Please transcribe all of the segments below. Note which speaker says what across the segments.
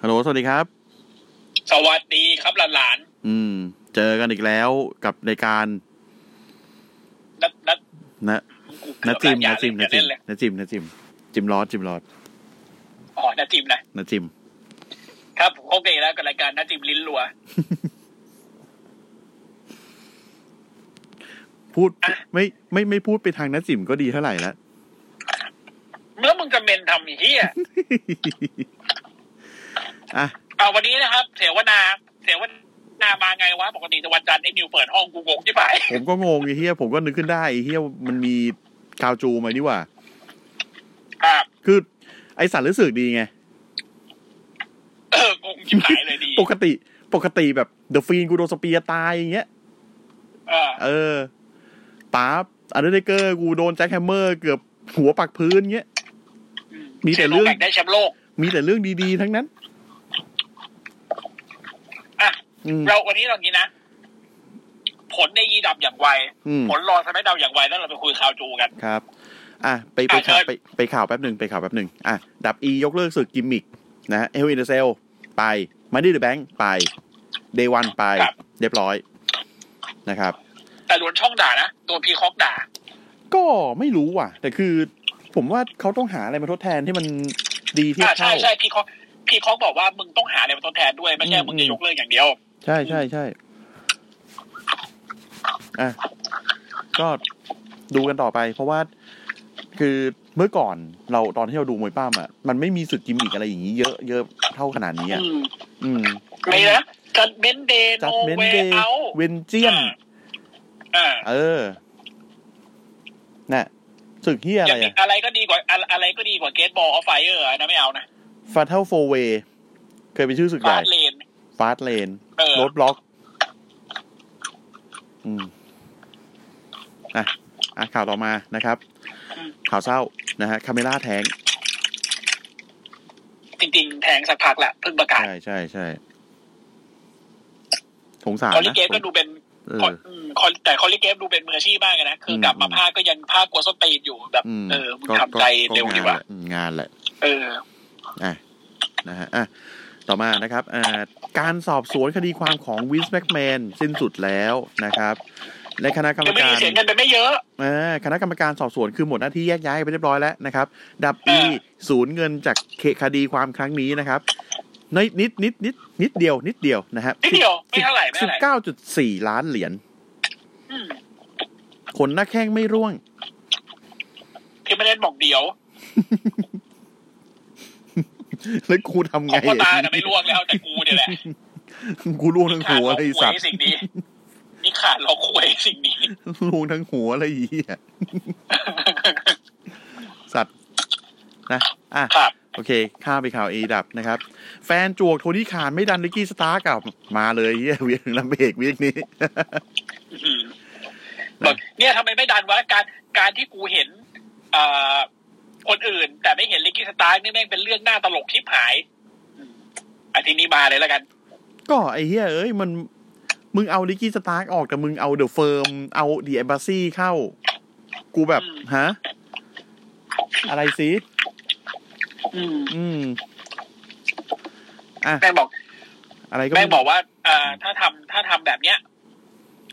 Speaker 1: ฮัลโหล สวัสดีครับ
Speaker 2: สวัสดีครับหลาน
Speaker 1: อืม เจอกันอีกแล้วกับรายการ
Speaker 2: ๆนัดนัด
Speaker 1: นะ
Speaker 2: กู
Speaker 1: นะจิมนะจิม
Speaker 2: นะ
Speaker 1: นะ
Speaker 2: จิ
Speaker 1: จิ
Speaker 2: ม
Speaker 1: มนะจิมนะจิม จิมรอดจิมรอด
Speaker 2: อ๋อนัดจิมนะ
Speaker 1: นะจิม
Speaker 2: ครับผมพบกันอีกแล้วกับรายการนัดจิมลิ้นรัว
Speaker 1: พูด
Speaker 2: อ่ะ
Speaker 1: ไม่ไม่ไม่พูดไปทางนะจิมก็ดีเท่าไหร่ละ
Speaker 2: แล้วมึงจะเมนทำไอ้เฮีย
Speaker 1: อ่ะ
Speaker 2: เอาวันนี้นะครับ เสวนาเสวนามาไงวะปกติวันจันทร์ไอ้นิวเปิดห้องกูงงที่ไป
Speaker 1: ผมก็งงไอ้เฮียผมก็นึกขึ้นได้ไอ้เฮียมันมีกาวจูมานี่หว่า
Speaker 2: ครับ
Speaker 1: คือ ไอสัตว์รู้สึกดีไง
Speaker 2: เอ องงที่หายเลยดี
Speaker 1: ปกติปกติแบบเดอะฟีนกูโดนสเปียร์ตายอย่างเงี้ย
Speaker 2: เออ
Speaker 1: เออป๊าบอันเดอร์เทเกอร์กูโดนแจ็คแฮมเมอร์เกือบหัวปักพื้นเงี้ย มีแต่เรื่อง
Speaker 2: ชโลกได้แชมป์โลก
Speaker 1: มีแต่เรื่องดีๆทั้งนั้น
Speaker 2: อ่ะ
Speaker 1: อืม
Speaker 2: เราวันนี้เราอย่างนี้นะผลในยีดับอย่างไว
Speaker 1: อืม
Speaker 2: ผลรอสมัยเดาอย่างไวแล้วเราไปคุยข่าวจูกัน
Speaker 1: ครับ อ่ะไปไป
Speaker 2: อ่ะ
Speaker 1: ข่าว
Speaker 2: เชิญ
Speaker 1: ไปไปข่าวแป๊บหนึ่งไปข่าวแป๊บหนึ่งอ่ะ ดับอียกเลิกศึกกิมมิกนะฮะเฮลอินเดเซลไปมาดี้เดอะแบงค์ไปเดวันไป เรียบร้อยนะครับ
Speaker 2: แต่โดนช่องด่านะโดนพีคอกด่า
Speaker 1: ก็ไม่รู้ว่ะ แต่คือผมว่าเขาต้องหาอะไรมาทดแทนที่มันดีเทียบ
Speaker 2: อ่าใช่
Speaker 1: เท่า
Speaker 2: ใช่พี่เขาพี่เขาบอกว่ามึงต้องหาอะไรมาทดแทนด้วย ไม่ใช่
Speaker 1: อืม
Speaker 2: มึงจะยกเลิกอย่างเดียว
Speaker 1: ใช่ใช่ใช่อ่ะ ก็ดูกันต่อไป เพราะว่าคือเมื่อก่อนเราตอนที่เราดูมวยป้ามอ่ะมันไม่มีสึกกิมมิกอะไรอย่างนี้เยอะเยอะเท่าขนาดนี้อ่ะ
Speaker 2: อืม
Speaker 1: อืม
Speaker 2: ไม่นะจัดเบนเดย์โน
Speaker 1: จัดเมน
Speaker 2: เว
Speaker 1: เดย์
Speaker 2: เอา
Speaker 1: เวนเจียน
Speaker 2: อ่า
Speaker 1: เออ น่ะสึกเฮียอะไร
Speaker 2: ย่าง
Speaker 1: อ่ะ
Speaker 2: อะไรก็ดีกว่าอะไรอะไรก็ดีกว่าเกตบอลออฟไฟเออร์นะไม่เอานะ
Speaker 1: ฟาเทลโฟเวเคยเป็นชื่อสึกให
Speaker 2: ฟา
Speaker 1: ญ่
Speaker 2: ดเลน
Speaker 1: ฟาสเลน
Speaker 2: เออ
Speaker 1: รถบล็อก อืมอ่ะอ่ะข่าวต่อมานะครับ ข่าวเศร้านะฮะคาเมล่าแท้ง
Speaker 2: จริง ๆ แทงสักพักแหละเพิ่งประกาศ
Speaker 1: ใช่ใช่ใช่สงสาร
Speaker 2: คอลลิ
Speaker 1: นะ
Speaker 2: เกฟก็ดูเป็น
Speaker 1: เอ
Speaker 2: คอล
Speaker 1: อ
Speaker 2: อืมคอลแต่คอลลิเกฟดูเป็นมืออาชีพมากเลยนะ คืออ
Speaker 1: ม
Speaker 2: กลับมาภาคก็ยังภาคกลัวสนตีนอยู่แบบ
Speaker 1: อืม
Speaker 2: เออมึง
Speaker 1: ก็
Speaker 2: ทำใจ
Speaker 1: ก็
Speaker 2: เร็ว
Speaker 1: ก็
Speaker 2: ดีกว่า
Speaker 1: งานแหละ
Speaker 2: เออ
Speaker 1: อ่ะนะฮะอ่ะต่อมานะครับอ่าการสอบสวนคดีความของวินส์แม็กแมนสิ้นสุดแล้วนะครับ ในคณะกรรม
Speaker 2: ยังไม่
Speaker 1: กา
Speaker 2: มี
Speaker 1: ร
Speaker 2: เสียเงินไปไม่เยอะ
Speaker 1: อ่าคณะกรรมการสอบสวนคือหมดหน้าที่แยกย้ายไปเรียบร้อยแล้วนะครับ ดับอี
Speaker 2: อ่า
Speaker 1: ศูนย์เงินจากเคคดีความครั้งนี้นะครับนิดนิดนิดนิดนิดเดียว นิดเดียวนะครับ
Speaker 2: นิดเดียวไม่เท่าไหร่ไม่
Speaker 1: สิ
Speaker 2: เท่า
Speaker 1: บ
Speaker 2: ไหร่
Speaker 1: เก้าจุดสี่ล้านเหรียญ
Speaker 2: อืม
Speaker 1: ขนหน้าแข้งไม่ร่วง
Speaker 2: ที่ไม่เล่นบอกเดียว
Speaker 1: แล้วกูทำ
Speaker 2: ข
Speaker 1: ไง
Speaker 2: องพ่อตาน่ะ
Speaker 1: อ่ะ
Speaker 2: ไม่ล่วงแล้วแต่กูเนี่ยแหละ
Speaker 1: กูล่วงทั้งหัวเลยไอ้สัตว์
Speaker 2: สิ่งนี้นี่ขาดเราคุยสิ่งนี้
Speaker 1: ล่วงทั้งหัวเลยไอ้เหี้ยสัตว์นะอ่ะ
Speaker 2: ครับ
Speaker 1: โอเค ข้ามไปข่าวเอดับนะครับ แฟนจวกโทนี่ขานไม่ดันลิกกี้สตาร์กลับมาเลยเฮียเวียง ลำเบกเวียกนี้
Speaker 2: อืมบอกเนี่ยทำไมไม่ดันวะการการที่กูเห็นเอ่อคนอื่น แต่ไม่เห็นลิกกี้สตาร์นี่แม่งเป็นเรื่องหน้าตลกทิพหายอืมอาทีนี้มาเลยแล้วกัน
Speaker 1: ก็ไอเฮียเอ้ยมัน มึงเอาลิกกี้สตาร์กออกแต่มึงเอาเดอะเฟิร์ม เอาเด e ะ m อมบ s ซี่เข้า กูแบบ
Speaker 2: อืม
Speaker 1: ฮะ อะไรสิ
Speaker 2: อืม
Speaker 1: อืม อ่ะ
Speaker 2: แม่งบอก
Speaker 1: อะไรก็
Speaker 2: แม่
Speaker 1: ไม่
Speaker 2: งบอกว่าเอ่อถ้าทำถ้าทำแบบเนี้ย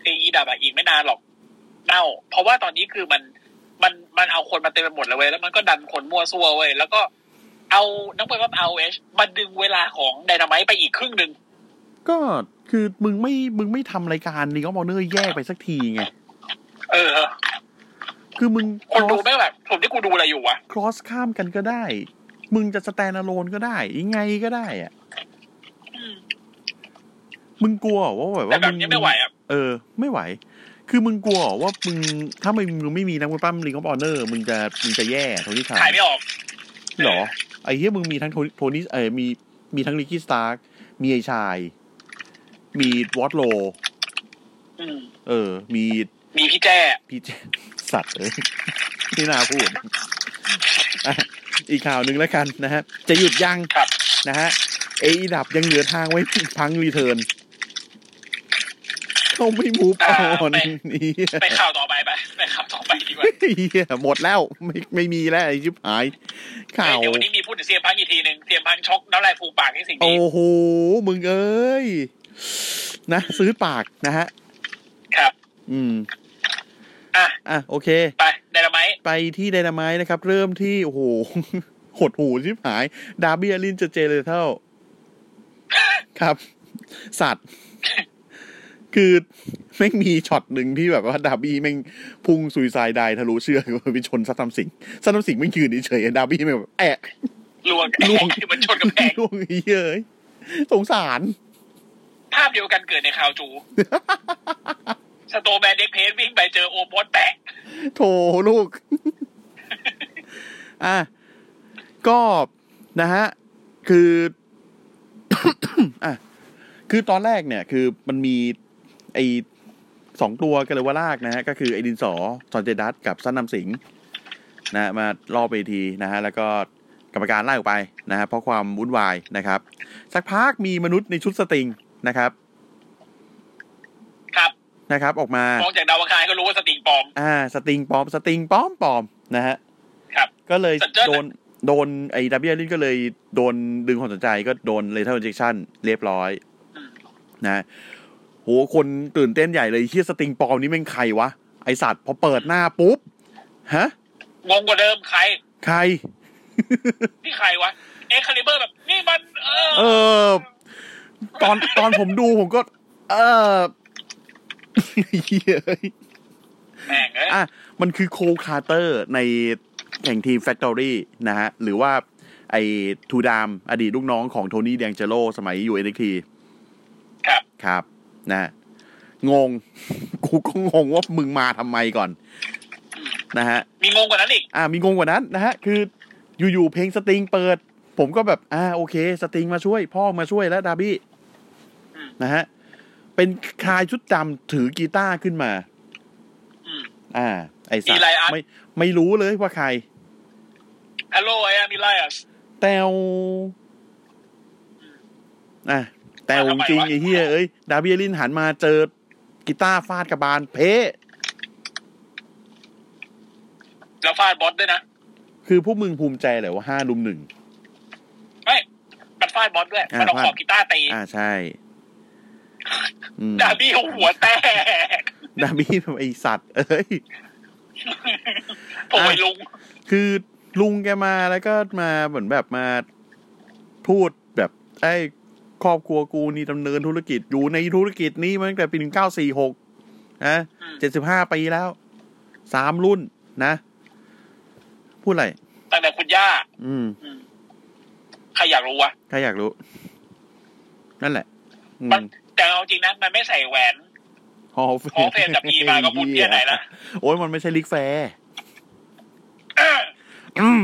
Speaker 2: ไอ้อีดับอะอีกไม่นานหรอกเน่า เพราะว่าตอนนี้คือมันมันมันเอาคนมาเต็มไปหมดเลยเว้ยแล้วมันก็ดันคนมั่วซั่วเว้ยแล้วก็เอานักมวยปั๊มเอาเอชมาดึงเวลาของไดนาไมต์ไปอีกครึ่งหนึ่ง
Speaker 1: ก็คือมึงไม่ มึงไม่ทำรายการนี้ก็มอเนอร์แย่ไปสักทีไง
Speaker 2: เออ
Speaker 1: คือมึง
Speaker 2: คนดูแม่งแบบผมที่กูดูอะไรอยู่วะ
Speaker 1: ครอสข้ามกันก็ได้ มึงจะสแตนอะโลนก็ได้ ยังไงก็ได้อะ
Speaker 2: อืม
Speaker 1: มึงกลัวเหรอว่าแบบ
Speaker 2: แต่
Speaker 1: ว่า
Speaker 2: แบบ
Speaker 1: ง
Speaker 2: นี้ไม่ไหวอ่ะ
Speaker 1: เออ ไม่ไหว คือมึงกลัวเหรอว่ามึงถ้ามึงไม่มีนักมวยปั้มลิงก์ออเนอร์ มึงจะมึงจะแย่โทนี่ขาน
Speaker 2: ถ่ายไม่ออก
Speaker 1: หรอ ไอ้เหี้ยมึงมีทั้งโทโทนี่เออมีมีทั้งลิกกี้สตาร์มีไอชาย มีวอตโล
Speaker 2: อืม
Speaker 1: เออ มี
Speaker 2: มีพี่แจ้
Speaker 1: พี่เจสัตว์เลยที่นาพูดอ่ะอีกข่าวหนึ่งแล้วกันนะฮะ จะหยุดยัง
Speaker 2: ครับ
Speaker 1: นะฮะเออดับยังเหลือทางไว้พังรีเทิร์นเขาไม่มูฟอ
Speaker 2: อ่า
Speaker 1: อน
Speaker 2: ไม่ ไปข่าวต่อไปไปไปข่าวต่อไปดีกว่า
Speaker 1: เหี้ยหมดแล้วไม่ไม่มีแล้วไอ้ชิบหาย ข่าว
Speaker 2: เดี๋ยววันนี้มีพูดถึงเซียมพังอีกทีหนึ่งเซียมพังช็อกน้ำลายฟูมปากให้สิ่งนี้
Speaker 1: โอ้โห มึงเอ้ย นะ ซื้อปากนะฮะ
Speaker 2: ครับ
Speaker 1: อืม
Speaker 2: อ่ะ
Speaker 1: อ่ะ โอเค
Speaker 2: ไปไดนาไมต์
Speaker 1: ไปที่ไดนาไมต์นะครับ เริ่มที่ โอ้โห หดหูชิบหาย ดาร์เบียลินจะเจเลยเท่า ครับ สัตว์ คือแม่งมีช็อตหนึ่งที่แบบว่า ดาร์บี้แม่งพุ่งซุยไซายได้ทะลุเชือก ไปชนซัตตัมสิงห์ซัตตัมสิงห์ไม่งยืนเฉยๆดาร์บี้แม่งแบบแอะ
Speaker 2: ลวง
Speaker 1: ลวง
Speaker 2: ที่มันชนกับแพง
Speaker 1: ล่วงไอ้เหี้ยเอ้ยสงสาร
Speaker 2: ภาพเดียวกันเกิดในข่าวจู สโตแมนเด็กเพนวิ่งไปเจอโอมอสแปะ
Speaker 1: โถลูก อ่ะ ก็ นะฮะ คือ อ่ะ คือตอนแรกเนี่ย คือมันมี ไอสองตัวกันเลยวาลากนะฮะ ก็คือไอดินสอจอนเจดัสกับซันนำสิงห์นะฮะมารอบเวทีนะฮะ แล้วก็กรรมการไล่ออกไปนะฮะ เพราะความวุ่นวายนะครับ สักพักมีมนุษย์ในชุดสตริงนะครับ
Speaker 2: ครับ
Speaker 1: นะครับ ออกมา
Speaker 2: มองจากดาวอังคารก็รู้ว่าสติงปลอม
Speaker 1: อ่า สตริงปลอม สตริงปลอมปลอมนะฮะ
Speaker 2: ครับ
Speaker 1: ก็เลย
Speaker 2: สัญชาติ
Speaker 1: โดนโดนไอ้ดับเบิลลินก็เลยโดนดึงความสนใจก็โดนเลเทอร์อินเจคชั่นเรียบร้อยนะโหคนตื่นเต้นใหญ่เลยเฮียสติงปลอมนี่แม่งใครวะ ไอสัตว์พอเปิดหน้าปุ๊บ ฮะ
Speaker 2: งงกว่าเดิมใคร
Speaker 1: ใคร
Speaker 2: นี่ใครวะ เอ็กคาลิเบอร์แบบ นี่มัน เออ
Speaker 1: เออ ตอนตอนผมดูผมก็ เออ เฮียเอ้ย
Speaker 2: แม่งเอ้ย
Speaker 1: อ่ะ มันคือโคลคาร์เตอร์ในแข่งทีมแฟ c ทอรี่นะฮะ หรือว่าไอ้ทูดาม อดีตลูกน้องของโทนี่แดงเจโลสมัยอยู่เอ็นที
Speaker 2: ครับ
Speaker 1: ครับ นะฮะงง กูก็งงว่ามึงมาทำไมก่อน นะฮะ
Speaker 2: มีงงกว่านั้นอีก
Speaker 1: อ่ามีงงกว่านั้นนะฮะ คืออยู่ๆเพลงสตริงเปิด ผมก็แบบ อ่าโอเค สตริงมาช่วย พ่อมาช่วยแล้วดาร์บี้
Speaker 2: อืม
Speaker 1: นะฮะ เป็นชายชุดดำถือกีตาร์ขึ้นมา
Speaker 2: อืม
Speaker 1: อ่า ไอสัต
Speaker 2: อี
Speaker 1: ว์
Speaker 2: ไลอัส
Speaker 1: ไม่ไม่รู้เลยว่าใคร
Speaker 2: ฮัลโหลไอ้มิไลอัส
Speaker 1: แตวอ่ะแตวจริงๆ
Speaker 2: ทำไมวะ
Speaker 1: ไอ้เฮียเอ้ย ดาร์บี้ลินหันมาเจอกีตาร์ฟาดกระบาล เพะ
Speaker 2: แล้วฟาดบอสด้วยนะ
Speaker 1: คือพวกมึงภูมิใจเหรอว่าห้าลุมหนึ่ง
Speaker 2: ไม่มันฟาดบอสด้วย
Speaker 1: อ่ามั
Speaker 2: มันเอา
Speaker 1: ฟาด
Speaker 2: ขอบกีตาร์ตี
Speaker 1: อ่าใช่ อืม
Speaker 2: ดาร์บี้เอาหัวแตก
Speaker 1: ดาร์บี้ไอสัตว์ เอ้ย
Speaker 2: โอ้ยลุง
Speaker 1: คือลุงแกมาแล้วก็มาเหมือนแบบมาพูดแบบไอ้ครอบครัวกูนี่ดำเนินธุรกิจอยู่ในธุรกิจนี้มาตั้งแต่ปีหนึ่งเก้าสี่หกนะ
Speaker 2: อืม
Speaker 1: เจ็ดสิบห้าปีแล้วสามรุ่นนะ พูดอะไร
Speaker 2: ตั้งแต่คุณย่า
Speaker 1: อืม
Speaker 2: อืมใครอยากรู้วะ
Speaker 1: ถ้าอยากรู้ นั่นแหละ อืม
Speaker 2: มัน แต่เอาจริงนะ มันไม่ใส่แหวน
Speaker 1: ฮอล
Speaker 2: ขอเพลงกับอีมาก็บุญแค่ไหนละ
Speaker 1: โอ้ยมันไม่ใช่ลิกแฟร์
Speaker 2: เออ
Speaker 1: อืม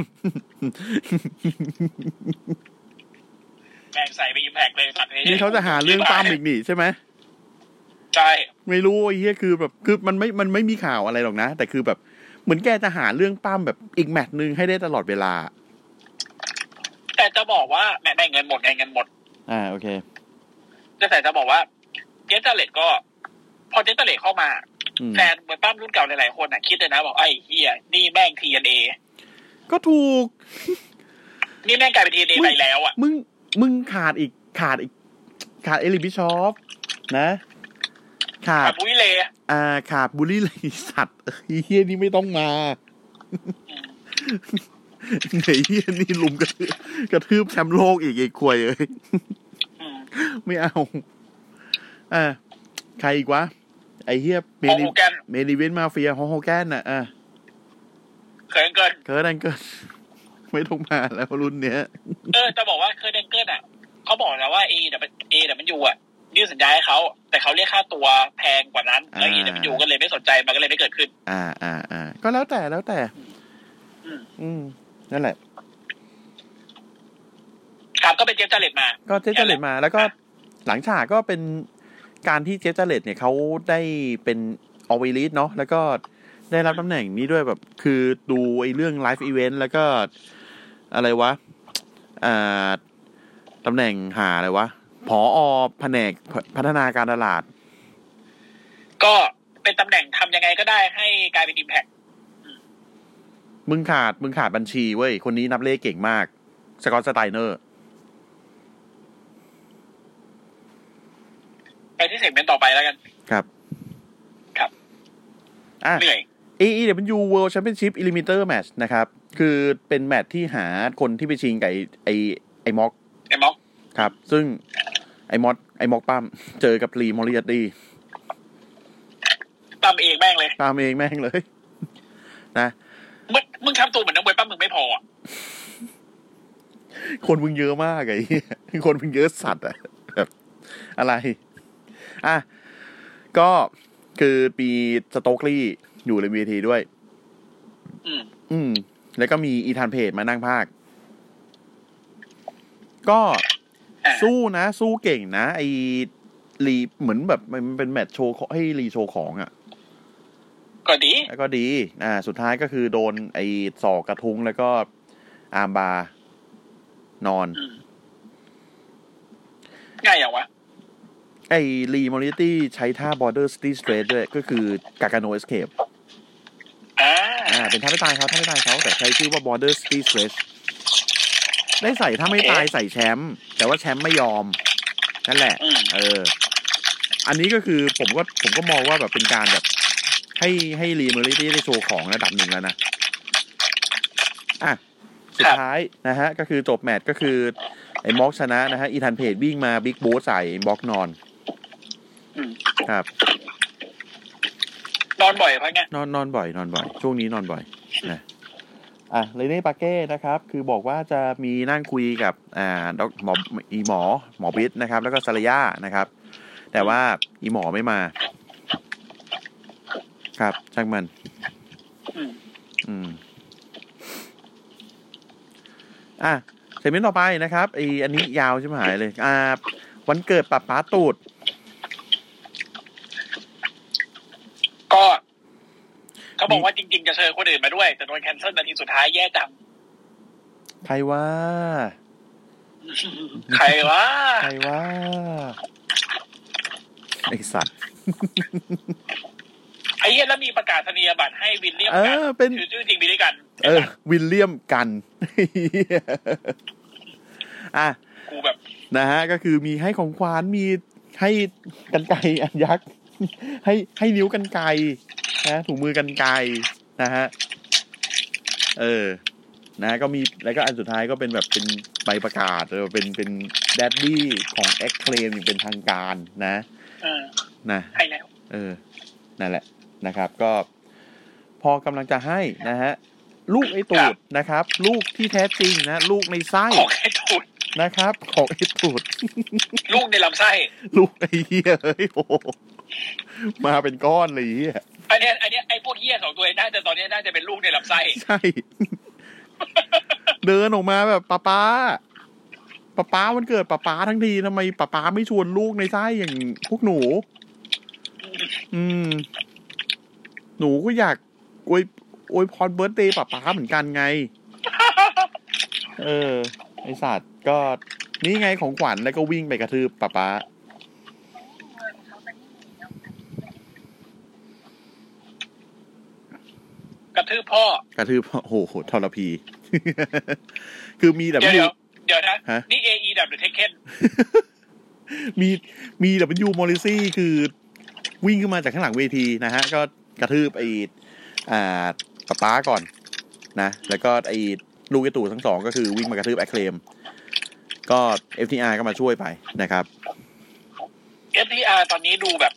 Speaker 2: แม่งใส่ไปอิมแพกเลยสัตว์อ้ย
Speaker 1: นี่เขาจะหาเรื่องปั้มอีกนี่ใช่ไหม
Speaker 2: ใช่
Speaker 1: ไม่รู้ไอ้เหี้ยคือแบบคือมันไม่มันไม่มีข่าวอะไรหรอกนะ แต่คือแบบเหมือนแกจะหาเรื่องปั้มแบบอีกแมตช์หนึ่งให้ได้ตลอดเวลา
Speaker 2: แต่จะบอกว่าแม่งได้เงินหมดไงเงินหมด
Speaker 1: อ่าโอเค
Speaker 2: จะแต่จะบอกว่าเจสเตเลตก็ พอเจสเตเลตเข้ามา
Speaker 1: อืม
Speaker 2: แฟนเหมือนป้ามรุ่นเก่าหลายๆคนอ่ะ คิดเลยนะ บอกไอ้เฮียนี่แม่งทีเอ็นเอ
Speaker 1: ก็ถูก
Speaker 2: นี่แม่งกลายเป็นทีเอ็นเอไปแล้วอ่ะ
Speaker 1: มึงมึงขาดอีกขาดอีก ขาดเอลิบิชอฟนะ ขาด
Speaker 2: บุ้ยเลย
Speaker 1: อ่าขาดบุลลี่ไลสัตว์เอ้ยเฮียนี่ไม่ต้องมาไอ้เฮียนี่ลุมกระทืบกระทืบแชมป์โลกอีกไอ้ควยเอ้ย
Speaker 2: อืม
Speaker 1: ไม่เอา อ่า ใครอีกวะ ไอเฮียเม
Speaker 2: โอ้
Speaker 1: นิ
Speaker 2: โหแกน
Speaker 1: เมนิเวนมาเฟียฮองโฮแกนน่ะ อ่า
Speaker 2: เคยเกิน
Speaker 1: เคิร์ดันเกิร์ ไม่ต้องมาแล้วรุ่นเนี้ย
Speaker 2: เออ จะบอกว่าเคยเดนเกิลอ่ะเขาบอกแล้วว่าเอเดเอเดมันยูอ่ะยื่นสัญญาให้เขา แต่เขาเรียกค่าตัวแพงกว่านั้นแล้วเอ
Speaker 1: อ่า
Speaker 2: เดมันยูก็เลยไม่สนใจมันก็เลยไม่เกิดขึ้น
Speaker 1: อ่า อ่า อ่า ก็แล้วแต่แล้วแต่
Speaker 2: อืม
Speaker 1: อืม นั่นแหละ
Speaker 2: จาเลตมา
Speaker 1: ก็เจ๊เจเลตมา แล้วก็หลังฉากก็เป็นการที่เจ๊เจเลตเนี่ยเขาได้เป็นออวิลิสเนาะแล้วก็ได้รับตำแหน่งนี้ด้วยแบบ คือดูไอ้เรื่องไลฟ์อีเวนต์แล้วก็อะไรวะอ่าตำแหน่งหาอะไรวะผออแผนกพัฒนาการตลาด
Speaker 2: ก็เป็นตำแหน่งทำยังไงก็ได้ให้กลายเป็นอิมแพ t
Speaker 1: มึงขาดมึงขาดบัญชีเว้ย คนนี้นับเลขเก่งมาก สกอตสไตเนอร์
Speaker 2: ไปที่เซกเมนต์ต่อไปแล้วกัน
Speaker 1: ครับ
Speaker 2: ครับ
Speaker 1: อ่ะ
Speaker 2: เหนื่อย
Speaker 1: AEW World Championship Eliminator Match นะครับ คือเป็นแมตช์ที่หาคนที่ไปชิงกับไอ้ไอ้ไอ้ม็อก
Speaker 2: ไอ้ม็อก
Speaker 1: ครับ ซึ่งไอ้ม็อกไอ้ม็อกปั้มเจอกับลีมอริยตี
Speaker 2: ปั้มเองแม่งเลย
Speaker 1: ตามเองแม่งเลย นะ
Speaker 2: มึงมึงทำตัวเหมือนนักมวยปั้มมึงไม่พออะ
Speaker 1: คนมึงเยอะมากไอ้เหี้ยคนมึงเยอะสัตว์อะแบบอะไร อ่ะ ก็คือปีสโตกลีย์อยู่ในเวทีด้วย
Speaker 2: อืม
Speaker 1: อืม แล้วก็มีอีธานเพจมานั่งภาค ก็
Speaker 2: อ่า
Speaker 1: สู้นะ สู้เก่งนะ ไอรีเหมือนแบบมันเป็นแมตช์โชว์ของให้รีโชว์ของอะ่ะ
Speaker 2: ก็ดี
Speaker 1: แล้วก็ดี อ่า สุดท้ายก็คือโดนไอศอกกระทุ้งแล้วก็อาร์มบาร์นอน
Speaker 2: อืม ง่ายอย่างวะ
Speaker 1: ไอรีมอริตี้ใช้ท่า border city straight ด้วย ก็คือกากาโนเอสเคป
Speaker 2: อ่า
Speaker 1: อ่า เป็นท่าไม่ตายเขาท่าไม่ตายเขาแต่ใช้ชื่อว่า border city stretch ได้ใส่ถ้าไม่ตายใส่แชมป์แต่ว่าแชมป์ไม่ยอม นั่นแหละ
Speaker 2: อืม
Speaker 1: เออ อันนี้ก็คือผมก็ผมก็มองว่าแบบเป็นการแบบ ให้ให้รีเมอรี่ได้โชว์ของระดับหนึ่งแล้วนะ อ่ะ สุดท้ายนะฮะ ก็คือจบแมตช์ก็คือ ไอ้ม็อกชนะนะฮะ อีธันเพจวิ่งมาบิ๊กบูสใส่ม็อกนอน
Speaker 2: อืม
Speaker 1: ครับ
Speaker 2: นอนบ่อยเพราะไง
Speaker 1: นอนนอนบ่อยนอนบ่อยช่วงนี้นอนบ่อยนะอ่ะเรเน่ปาเก้นะครับ คือบอกว่าจะมีนั่งคุยกับอ่าดอกหมออีหมอหมอบิดนะครับ แล้วก็สรยานะครับ แต่ว่าอีหมอไม่มา ครับช่างมัน
Speaker 2: อืม
Speaker 1: อืม อ่ะเซมินต่อไปนะครับไออันนี้ยาวใช่ไหมหายเลย อ่า วันเกิดป้าป้าตูด
Speaker 2: ก็ เขาบอกว่าจริง ๆ จะเชิญคนอื่นมาด้วย แต่โดนแคนเซิลนาทีสุดท้ายแย่จัง
Speaker 1: ใครว่า
Speaker 2: ใครวะ
Speaker 1: ใครว่า ไอสัตว์
Speaker 2: ไอ้เหี้ยแล้วมีประกาศนียบัตรให้วินเลียม
Speaker 1: เอ
Speaker 2: กัน
Speaker 1: อเป็น
Speaker 2: ชื่อชื่อจริงวิลลี่กัน
Speaker 1: เออ วิลเลียมกัน อ่ะ
Speaker 2: กูแบบ
Speaker 1: นะฮะ ก็คือมีให้ของขวานมีให้กันไกรอันยักษ์ ให้ให้นิ้วกันไกรนะถุงมือกันไกรนะฮะ เออ นะฮะก็มีแล้วก็อันสุดท้ายก็เป็นแบบเป็นใบประกาศเออเป็นเป็นแดดดี้ของแอคเคลมอย่างเป็นทางการนะ
Speaker 2: เออ
Speaker 1: นะ
Speaker 2: ให้แล้ว
Speaker 1: เออ นั่นแหละนะครับ ก็พอกำลังจะให้นะฮะ ลูกไอตูดนะครับ ลูกที่แท้จริงนะ ลูกในไส้
Speaker 2: ของไอ้ตูด
Speaker 1: นะครับ ของไอตูด
Speaker 2: ลูกในลำไส้
Speaker 1: ลูกไอเหี้ยเฮ้ยโอ้โหมาเป็นก้อนเลยไอ้เหี้ย
Speaker 2: อันเนี้ยอันเนี้ยไอ้พวกเหี้ยสองตัวน่าจะตอนเนี้ยน่าจะเป็นลูกในลำไส้
Speaker 1: ใช่ เดินออกมาแบบป้าป้าป้าป้ามันเกิดป้าป้าทั้งทีทำไมป้าป้าไม่ชวนลูกในไส้อย่างพวกหนู อืม หนูก็อยากอวยอวยพรเบิร์ตเดย์ป้าป้าเหมือนกันไง เออ ไอสัตว์ก็นี่ไงของขวัญแล้วก็วิ่งไปกระทืบป้าป้า
Speaker 2: กระทืบพ่อ
Speaker 1: กระทืบโอ้โหทรพี คือมีแต่
Speaker 2: เดี๋ยว
Speaker 1: ไม่
Speaker 2: เดี๋ย
Speaker 1: รู้
Speaker 2: วเดี๋ยวนะ
Speaker 1: ฮะ
Speaker 2: นี่ AE ดับหรือเทคเคน
Speaker 1: มีมีดับเบิลยูมอริซี่คือวิ่งขึ้นมาจากข้างหลังเวทีนะฮะ ก็กระทืบไอ้อ่าป้าป้าก่อนนะ แล้วก็ไอ้ลูกไอตู่ทั้งสองก็คือวิ่งมากระทืบแอคเคลมก็ FTR ก็มาช่วยไปนะครับ
Speaker 2: เอฟดีอาร์ตอนนี้ดูแบบ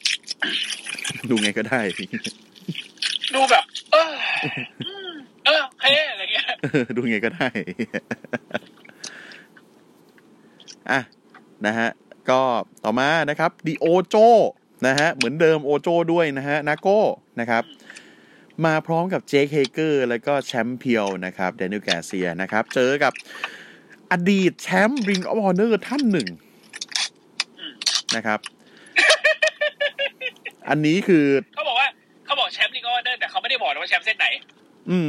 Speaker 1: ดูไงก็ได้
Speaker 2: ดูแบบ เอออืมเออโอเคอะไรเงี้ย
Speaker 1: ดูไงก็ได้ อ่ะ นะฮะ ก็ต่อมานะครับดีโอโจนะฮะ เหมือนเดิมโอโจด้วยนะฮะ นาโก้นะครับ มาพร้อมกับเจคเฮเกอร์ แล้วก็แชมป์เพียวนะครับ เดนิลแกเซียนะครับ เจอกับ อดีตแชมป์ Ring of Honor ท่านหนึ่ง
Speaker 2: อืม
Speaker 1: นะครับ อันนี้คือ
Speaker 2: เขาบอกว่าเขาบอกแชมป์ลิงก์ออเดอร์แต่เขาไม่ได้บอกนะว่าแชมป์เส้นไหน
Speaker 1: อืม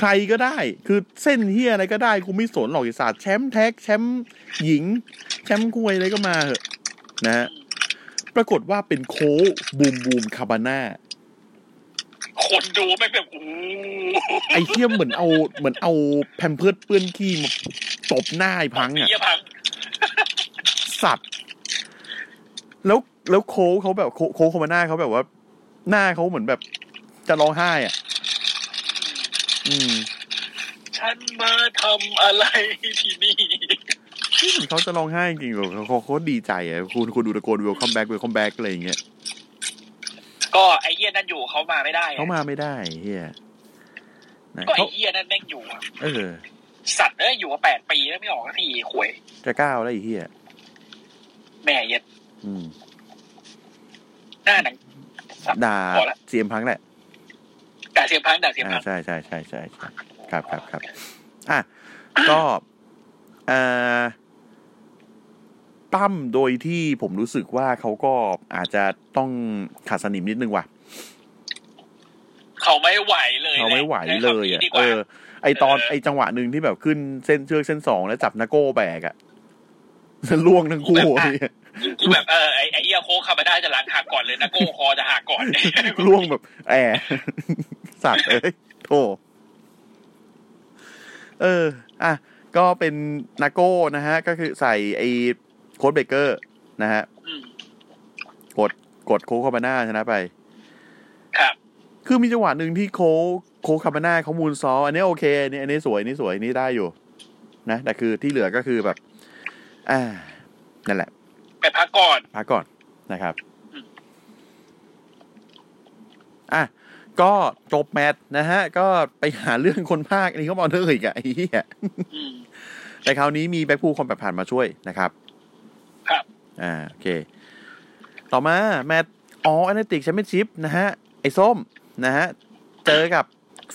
Speaker 1: ใครก็ได้ คือเส้นเฮียอะไรก็ได้กูไม่สนหรอกไอ้ศาสตร์แชมป์แท็ก แชมป์หญิง แชมป์คุยอะไรก็มาเหอะ นะฮะปรากฏว่าเป็นโค้ชบูมบูมคาบาน่า
Speaker 2: คนดูไม่งแบบอู้
Speaker 1: ไอ้เทียมเหมือนเอาเหมือนเอาแพมเพิร์ดเปื้อนขี้มาตบหน้าไอ้พังอ่ะ
Speaker 2: เยี่ยพัง
Speaker 1: สัตว์ แล้วแล้วโค้ชเขาแบบโค้ชโค้ชคอมมาน่าเขาแบบว่า หน้าเขาเหมือนแบบจะร้องไห้อ่ะ อืม
Speaker 2: ฉันมาทำอะไรที่นี่
Speaker 1: เฮ้ยเหมือนเขาจะร้องไห้จริงๆเหรอเขาเขาเขาดีใจอ่ะคุณคุณดูตะโกน welcome back welcome back อะไรอย่างเงี้ย
Speaker 2: ก็ไอเยี่ยนั่นอยู่เขามาไม่ได้อะ
Speaker 1: เขามาไม่ได้เฮียนะ
Speaker 2: ก็ไอ
Speaker 1: เขา
Speaker 2: เยี่ยนั่นแม่งอยู่อะ
Speaker 1: เออ
Speaker 2: สัตว์เอ้ยอยู่มาแปดปีแล้วไม่ออกสักทีหวย
Speaker 1: จะก้าวแล้วไอ้เฮีย
Speaker 2: แม่เหี้ย็ด
Speaker 1: อืม
Speaker 2: หน้าหนัง
Speaker 1: ด่า
Speaker 2: พอละ
Speaker 1: เสียมพังแหละ
Speaker 2: ด่าเสียงพังด่าเสียงพั
Speaker 1: อ่าง ใช่ใช่ใช่ใช่ใช่ครับครับครับอ่ะก็เอ่อตั้มโดยที่ผมรู้สึกว่าเขาก็อาจจะต้องขาดสนิมนิดนึงว่ะ
Speaker 2: เขาไม่ไหวเลย
Speaker 1: เขาไม่ไหวเลยอ่ะ
Speaker 2: ใช้คำนี้ดีก
Speaker 1: เอ
Speaker 2: ว่า
Speaker 1: อ ไอตอน
Speaker 2: เออ
Speaker 1: ไอจังหวะหนึ่งที่แบบขึ้นเส้นเชือกเส้นสองแล้วจับนาโก้แบกอ่ะล่วงทั้งคู่ไอ้เหี้ย
Speaker 2: คือแบบเออไอไอเยี่ยโคกคาบาได้จะหลังหักก่อนเลยนะโก้คอจะหักก่อน
Speaker 1: ล่วงแบบแอะสัตว์เอ้ยโถเออ อ่ะ ก็เป็นนาโก้นะฮะ ก็คือใส่ไอโค้ดเบเกอร์นะฮะ
Speaker 2: อืม
Speaker 1: กดโคคาบาน่าชนะไป
Speaker 2: ครับ
Speaker 1: คือมีจังหวะหนึ่งที่โคโคคาบาน่าเขามูลซอลอันนี้โอเคอันนี้อันนี้สวยอันนี้สวยอันนี้ได้อยู่ นะ แต่คือที่เหลือก็คือแบบ อ่า นั่นแหละ
Speaker 2: ไปพักก่อน
Speaker 1: พักก่อนนะครับ
Speaker 2: อืม
Speaker 1: อ่ะ ก็จบแมตช์นะฮะ ก็ไปหาเรื่องคนภาคอันนี้เขาบอกเธออีกอะไอ้เหี้ย
Speaker 2: อืม
Speaker 1: แต่คราวนี้มีแบ็คพูลคนแบบผ่านมาช่วยนะครับ
Speaker 2: ครับ
Speaker 1: อ่า โอเค ต่อมาแมตช์อ๋อแอตติกแชมเปี้ยนชิพนะฮะ ไอ้ส้มนะฮะ เจอกับ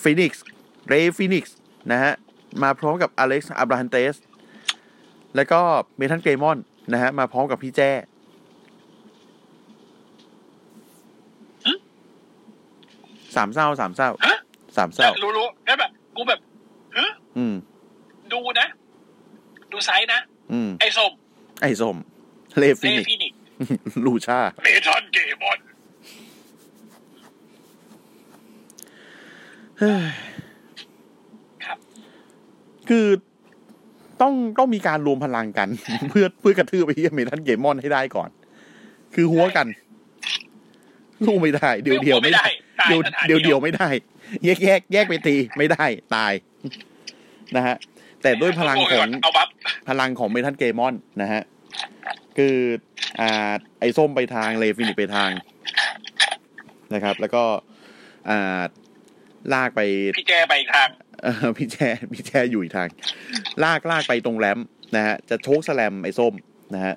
Speaker 1: ฟินิกซ์เรย์ฟินิกซ์นะฮะ มาพร้อมกับอเล็กซ์อับราฮันเตส แล้วก็เมทันเกรมอนนะฮะ มาพร้อมกับพี่แจ้สามเศร้าสามเศร้า
Speaker 2: ฮะ
Speaker 1: สามเศร้า
Speaker 2: รู้รู้แล้วแบบกูแบบฮะ
Speaker 1: อืม
Speaker 2: ดูนะ ดูไซส์นะ
Speaker 1: อืม
Speaker 2: ไอ้ส้ม
Speaker 1: ไอ้ส้มเลย์ฟิ
Speaker 2: เซ
Speaker 1: นิกซ์
Speaker 2: ฟินิก
Speaker 1: ลูชา
Speaker 2: เมทันเกมอน
Speaker 1: เฮ้ย
Speaker 2: ครับ
Speaker 1: คือต้องต้องมีการรวมพลังกัน เพื่อเพื่อกระทืบไปเฮียเมทันเกมมอนให้ได้ก่อน คือหัวกันสู้ไม่ได้ เดียวเดียวๆไม่ได้
Speaker 2: ตาย
Speaker 1: เดียว
Speaker 2: สถาน
Speaker 1: เดียวเดียวไม่ได้ แยกแยกแยกไปตีไม่ได้ตาย นะฮะ แต่ด้วยพลังของ
Speaker 2: เอาบัฟ
Speaker 1: พลังของเมทันเกมอนนะฮะ คือ อ่า ไอ้ส้มไปทางเลฟินิกไปทางนะครับ แล้วก็ อ่า ลากไป
Speaker 2: พี่แกไปอีกทาง
Speaker 1: เอ อพี่แช่พี่แช่อยู่อีกทาง ลากลากไปตรงแรมนะฮะ จะโชกสแลมไอ้ส้มนะฮะ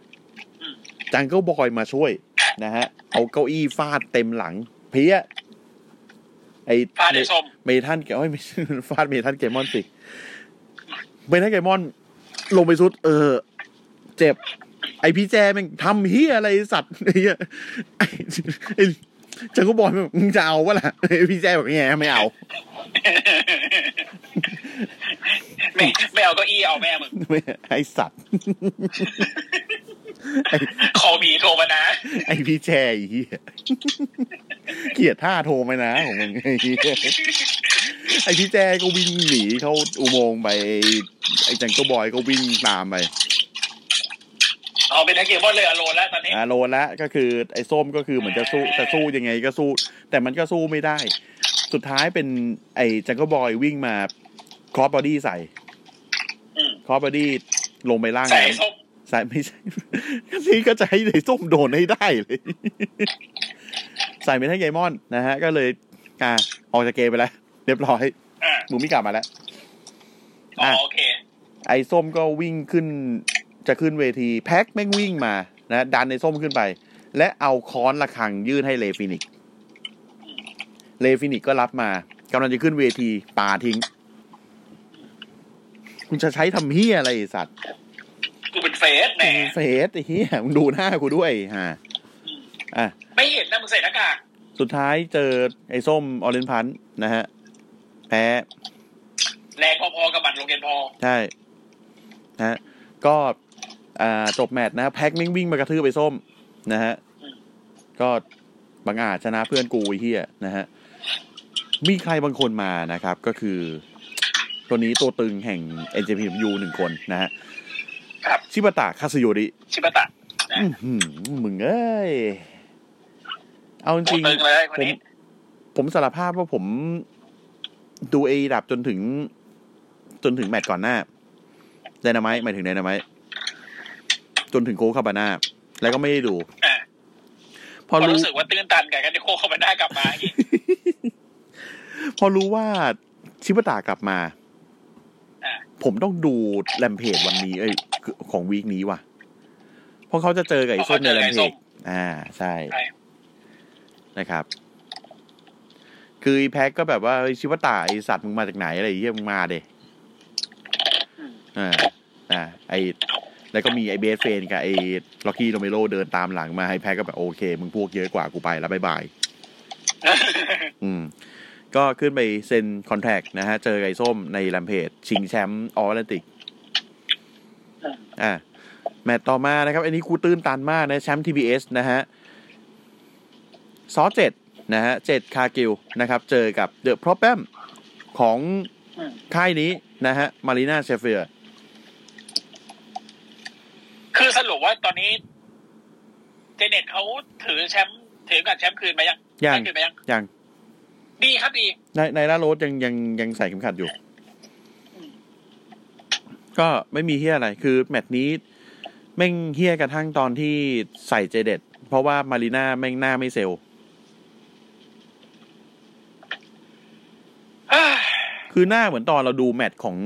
Speaker 1: จังเกิลบอยมาช่วยนะฮะ เอาเก้าอี้ฟาดเต็มหลัง เพี้ยไอ
Speaker 2: ฟาดไอ้ส้ม
Speaker 1: เมทันเกมอนไม่ใช่ ฟาดเมทันเกมอนสิเมทันเกมอนลงไปสุด เออ เจ็บ ไอพี่แจแมันทำเฮียอะไรสัตว์ไอ้เหี้ย ไอ้ไอ้จังก็บอกมันมึงจะเอาวะล่ ะไอพี่แจบอกแง่ไม่เอา
Speaker 2: ไม่ไม่เอาเก็อี้เอาแม่มึง
Speaker 1: ไม่ไอสัตว์ ไอ
Speaker 2: คอมีโทรมานะ
Speaker 1: ไอพี่แจไอ้เฮีย เกลียดท่าโทรไหมนะของมึงไอ้เหี้ยไอพี่แจก็วิ่งหนีเข้าอุโมงค์ไปไอ้ไอจังก็บอยก็วิ่งตามไป
Speaker 2: เอาเป็นทักเกมอนเลยอโลนแล้วตอนนี้
Speaker 1: อ่าโลนละก็คือไอ้ส้มก็คือเหมือนจะสู้จะสู้ยังไงก็สู้ แต่มันก็สู้ไม่ได้ สุดท้ายเป็นไอ้จังก็บอยวิ่งมาครอสบอดี้ใส่
Speaker 2: อืม
Speaker 1: ครอสบอดี้ลงไปล่าง
Speaker 2: ใส่ไอ้
Speaker 1: น้ำ
Speaker 2: ส้ม
Speaker 1: ใส่ ไม่ใช่ นี่ก็จะให้ไอ้ส้มโดนให้ได้เลย ใส่ไม่ใช่ไกมอนนะฮะ ก็เลยอ่าออกจากเกมไปแล้ว เรียบร้อย
Speaker 2: อ่า
Speaker 1: หนูไม่กลับมาแล้ว
Speaker 2: อ๋อ
Speaker 1: อ่ะ
Speaker 2: โอเค
Speaker 1: ไอ้ส้มก็วิ่งขึ้นจะขึ้นเวที แพ็กแม่งวิ่งมานะดันไอ้ส้มขึ้นไป และเอาค้อนระฆังยื่นให้เลฟินิกซ์เลฟินิกซ์ก็รับมากำลังจะขึ้นเวทีปาทิ้ง มึงจะใช้ทำเฮียอะไรไอ้สัตว์
Speaker 2: กูเป็นเฟสแหม
Speaker 1: มึงเฟสไอ้เฮียมึงดูหน้ากูด้วยฮะอ่ะ
Speaker 2: ไม่เห็นนะมึงใส่หน้ากาก
Speaker 1: สุดท้ายเจอไอ้ส้มออเรนพันนะฮะ แพ้
Speaker 2: แรงพอๆกับบัตรโรงเรียนพอ
Speaker 1: ใช่นะฮะก็อ่าจบแมตช์นะ แพ็กมิ่งวิ่งมากระทืบไปส้ม นะฮะ ก็บังอาจชนะเพื่อนกูไอ้เฮียนะฮะ มีใครบางคนมานะครับ ก็คือ ตัวนี้ตัวตึงแห่ง NJPW หนึ่งคนนะฮะ
Speaker 2: ครับ
Speaker 1: ชิบะตะคาสโยริ
Speaker 2: ชิบะตะ
Speaker 1: อื้อหือมึงเอ้ย เอาจ
Speaker 2: ตัว
Speaker 1: ริง
Speaker 2: ตึง
Speaker 1: ๆ
Speaker 2: เลยคน
Speaker 1: ผม
Speaker 2: นี้
Speaker 1: ผมสารภาพว่าผมดูเอดับจนถึง จนถึงแมตช์ก่อนหน้าไดนาไมต์หมายถึงไดนาไมต์จนถึงโคกคาบาน่าแล้วก็ไม่ได้ดู
Speaker 2: อ่ะ
Speaker 1: พอ
Speaker 2: ก็
Speaker 1: รู้
Speaker 2: รู้สึกว่าตื้นตันกับกันดิโคเข้ามาได้กลับมาอีก
Speaker 1: พอรู้ว่าชิบะตากลับมา
Speaker 2: อ่ะ
Speaker 1: ผมต้องดูแรมเพจวันนี้ เอ้ย ของวีคนี้ว่ะ เพราะเขาจะเจอกับไอ้ส้มในแรมเพ จอ่า ใช่
Speaker 2: ใช่
Speaker 1: นะครับ คือไอ้แพ็กก็แบบว่าเฮ้ยชิวตาไอสัตว์มึงมาจากไหนอะไรเยี่ยมึงมาเดะอ่าอ่าไอแล้วก็มีไอเบสเฟนกับไอล็อกกี้โรเมโรเดินตามหลังมาไอแพ็กก็แบบโอเค มึงพวกเยอะกว่ากูไปแล้วบายบาย อืม ก็ขึ้นไปเซ็นคอนแทคนะฮะ เจอไอส้มในแรมเพจ ชิงแชมป์ออแลนติก อ่า แมตต์ต่อมานะครับ อันนี้กูตื้นตันมากนะ แชมป์ TBS นะฮะ ซอเจ็ดนะฮะเจ็ดคากิลนะครับ เจอกับเดอะพรอแปมของค่ายนี้นะฮะ มารีนาเชฟเฟีย
Speaker 2: คือสรุปว่าตอนนี้ เจเน็ตเขาถือแชมป์ถือกับแชมป์คืนมายัง
Speaker 1: ยัง
Speaker 2: ได้คืนมายัง
Speaker 1: ยัง
Speaker 2: ดีครับดี
Speaker 1: ในในล่าโรสยังยังยังใส่เข็มขัดอยู่ ก็ไม่มีเฮียอะไร คือแมตช์นี้ แม่งเฮียกระทั่งตอนที่ใส่เจเด็ด เพราะว่ามารีนาแม่งหน้าไม่เซลล
Speaker 2: เอ้ย
Speaker 1: คือหน้าเหมือนตอนเราดูแมตช์ของ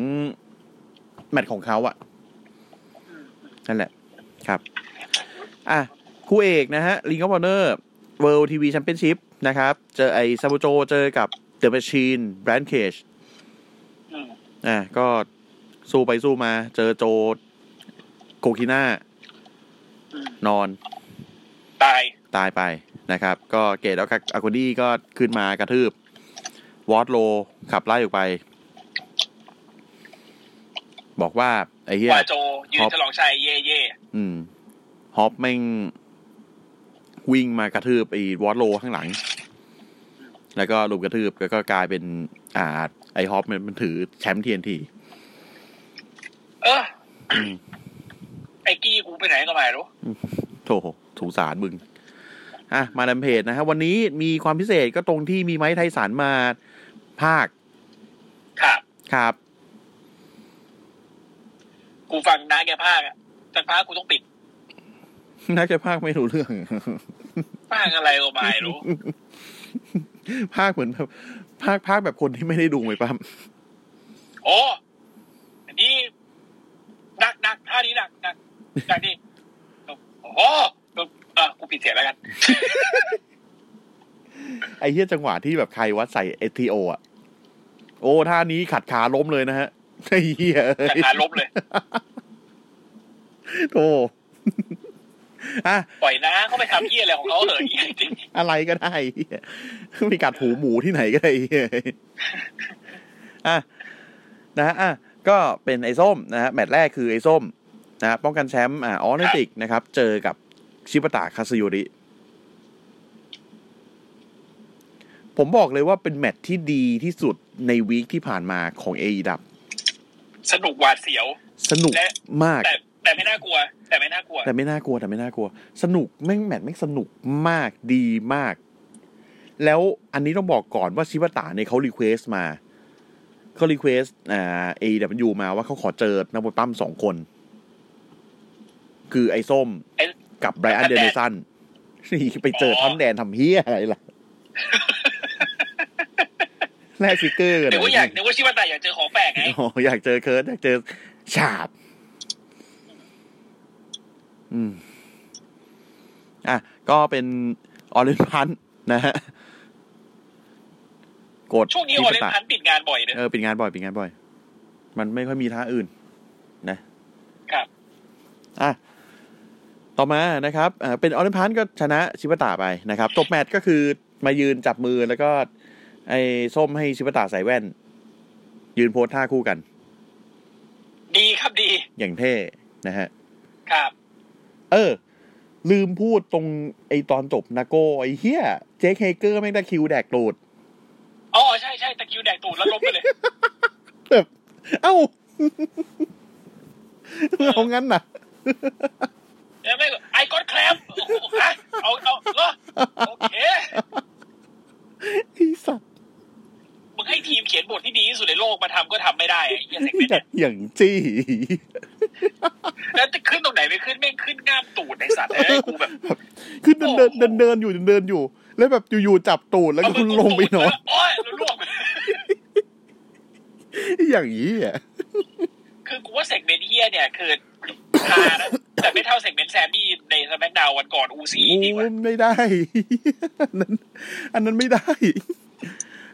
Speaker 1: แมตช์ของเขาอะนั่นแหละ ครับ อ่ะ คู่เอกนะฮะลิงก์บอลเนอร์เวิลด์ทีวีแชมเปี้ยนชิพนะครับ เจอไอซาบูโจเจอกับเดอะแมชชีนแบรนด์เคช
Speaker 2: อืม
Speaker 1: อ่ะก็สู้ไปสู้มา เจอโจโกคิน่า
Speaker 2: อืม
Speaker 1: นอน
Speaker 2: ตาย
Speaker 1: ตายไปนะครับ ก็เกตแล้วอากูดี้ก็ขึ้นมากระทืบ วอตโล ขับไล่ออกไป บอกว่า ไอ้เหี้ย
Speaker 2: ว่าโจยื
Speaker 1: ครั
Speaker 2: น
Speaker 1: บ
Speaker 2: ฉลองชัยเย่เย่
Speaker 1: อืมฮอปแม่งวิ่งมากระทืบไอ้วอตโลข้างหลัง แล้วก็ลุมกระทืบแล้วก็กลายเป็น อ่า ไอ้ฮอปมันมันถือแชมป์ทีนที
Speaker 2: เออ ไอ้กี้กูไปไหนก็ไม่รู้
Speaker 1: โถสงสารมึง อ่ะ มาดามเพจนะฮะวันนี้มีความพิเศษก็ตรงที่มีไม้ไทสันมาภาค
Speaker 2: ครับ
Speaker 1: ครับ
Speaker 2: กูฟังน้าแกภาคอะแต่ภาคกูต้องปิด
Speaker 1: น่าจะภาคไม่รู้เรื่อง
Speaker 2: ภาคอะไรก็ไม่ รู้
Speaker 1: ภาคเหมือนแบบภาคภาคแบบคนที่ไม่ได้ดูไหมปั๊ม
Speaker 2: โอ้อันนี้หนักหนักท่านี้หนักหนักหนักดิโอ้โหเออกูปิดเสียงแล้วกัน
Speaker 1: ไอ้เหี้ยจังหวะที่แบบใครวัดใส่เอทีโออ่ะ โอ้ท่านี้ขัดขาล้มเลยนะฮะ ไอ้เหี้ยเอ้
Speaker 2: แต่
Speaker 1: ย
Speaker 2: ขาล้มเลย
Speaker 1: โอ้ อะ
Speaker 2: ปล่อยนะเขาไปทำเยี่ยอะไรของเขาเหอะ จริง
Speaker 1: อะไรก็ได้เหี้ยมีกัดหูหมูที่ไหนก็ได้เหี้ยอ่ะนะฮะอ่ะก็เป็นไอ้ส้มนะฮะแมตช์แรกคือไอ้ส้มนะฮะป้องกันแชมป์อ่าออเนติกนะครับ เจอกับชิปตะคาสโยริ ผมบอกเลยว่าเป็นแมตช์ที่ดีที่สุดในวีคที่ผ่านมาของเอดับ
Speaker 2: ๆสนุกหวาดเสียว
Speaker 1: สนุก
Speaker 2: และ
Speaker 1: มาก
Speaker 2: แต่แต่ไม่น่ากลัว แต่ไม่น่ากลัว
Speaker 1: แต่ไม่น่ากลัวแต่ไม่น่ากลัว สนุกแม่งแมทแม่งสนุกมากดีมาก แล้วอันนี้ต้องบอกก่อนว่าชิบะตะเนี่ยเขารีเควสต์มาเขารีเควสต์อ่าเอดยูมาว่าเขาขอเจอนักมวยปั้มสองคน คือไอ้ส้ม
Speaker 2: ไอ้
Speaker 1: กับไบรอัน
Speaker 2: กับ
Speaker 1: เด
Speaker 2: แดน
Speaker 1: นิสันนี่ไปเจอทั้งแดนทำเฮียอะไร ล่ะ แลกฟิกเกอร์กัน
Speaker 2: นึกว่าอยาก
Speaker 1: เ
Speaker 2: นึกว่าชิบะตายอยากเจอของแปลกไง
Speaker 1: โอ้อยากเจอเคิร์ดอยากเจอฉาบ อืม อ่ะ ก็เป็นออริพันนะฮะ กด
Speaker 2: ช่วงนี้
Speaker 1: ที่
Speaker 2: โอเลน
Speaker 1: ประกาศ
Speaker 2: พันปิดงานบ่อยเนอะ
Speaker 1: เออเป็นงานบ่อยเป็นงานบ่อย มันไม่ค่อยมีท่าอื่น นะครับ อ่ะต่อมานะครับอ่าเป็นออเดนพันก็ชนะชิบะตะไปนะครับจบแมตช์ก็คือมายืนจับมือแล้วก็ ไอ้ส้มให้ชิบะตะใส่แว่น ยืนโพสท่าคู่กัน
Speaker 2: ดีครับดี
Speaker 1: อย่างเท่นะฮะ
Speaker 2: ครับ
Speaker 1: เออ ลืมพูดตรงไอตอนจบนาโก้ไอเฮียเจคเฮเกอร์แม่งได้คิวแดกตูด
Speaker 2: อ๋อใช่ใช่ตะคริวแดกตูดแล้วล้มไปเลย
Speaker 1: แบบเอ้า เอางั้นน่ะ
Speaker 2: แล้วไม่ไอ้ก้อนแคลมโอ้โหฮะเอาเอาเหรอโอเค
Speaker 1: ไอ้สัตว์
Speaker 2: มึงให้ทีมเขียนบทที่ดีที่สุดในโลกมาทำก็ทำไม่ได้ไอ้เหี้ยเซ็กเน
Speaker 1: แด
Speaker 2: ย
Speaker 1: กอย่างจี้
Speaker 2: แล้วจะขึ้นตรงไหนไม่ขึ้นแม่งขึ้นง่ามตูดไอ้สัตว์ไอ้ยกูแบบ
Speaker 1: คือเดินเดินเดินเดินอยู่เดินเดินอยู่ แล้วแบบอยู่ๆจับตูดแล้วก็
Speaker 2: เอามือ
Speaker 1: ลงไปนอน
Speaker 2: โอ้ยแล้วล่วง
Speaker 1: อย่างนี้อ่ะ
Speaker 2: คือกูว่าเซ็กเมนต์เฮียเนี่ยคือคานะแต่ไม่เท่าเซ็กเมนต์แซมมี่ในสมัคดาววันก่อนอูซี่
Speaker 1: โอ้
Speaker 2: ดีกว่า
Speaker 1: ไม่ได้ อันนั้น อันนั้นไม่ได้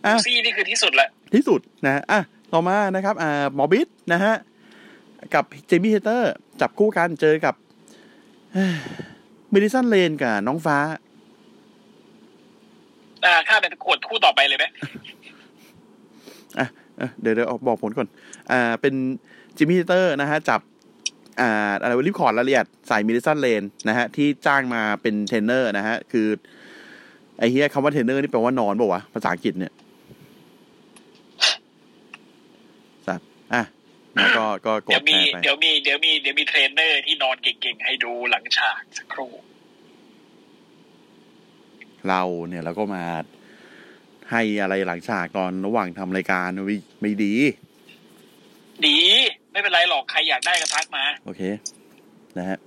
Speaker 2: อูซี่นี่คือที่สุดละ
Speaker 1: ที่สุดนะฮะอ่ะ ต่อมานะครับ อ่า หมอบิ๊ดนะฮะ กับเจมี่เฮเตอร์ จับคู่กันเจอกับเมดิสันเลนกับน้องฟ้า
Speaker 2: อ่าข้ามไปขวดคู่ต่อไปเลยไหม
Speaker 1: อ่ะเออเดี๋ยวเดี๋ยวเอาบอกผลก่อน อ่า เป็นจิมมี่เตอร์นะฮะ จับ อ่า อะไรวะรีบขอร์ดรายละเอียดสายมิดิสันเลนนะฮะ ที่จ้างมาเป็นเทรนเนอร์นะฮะ คือ ไอ้เฮียคำว่าเทรนเนอร์นี่แปลว่านอนเปล่าวะ ภาษาอังกฤษเนี่ยสัตว์อ่ะแล้วก็ก็กด
Speaker 2: เดี๋ยวมี
Speaker 1: แชร์ไป
Speaker 2: เดี๋ยวมีเดี๋ยวมีเดี๋ยวมีเทรนเนอร์ที่นอนเก่งๆให้ดูหลังฉากสักครู่
Speaker 1: เราเนี่ยเราก็มาให้อะไรหลังฉากตอนระหว่างทำรายการไม่ไม่ดี
Speaker 2: ดีไม่เป็นไรหรอกใครอยากได้ก็ทักมา
Speaker 1: โอเค นะฮะ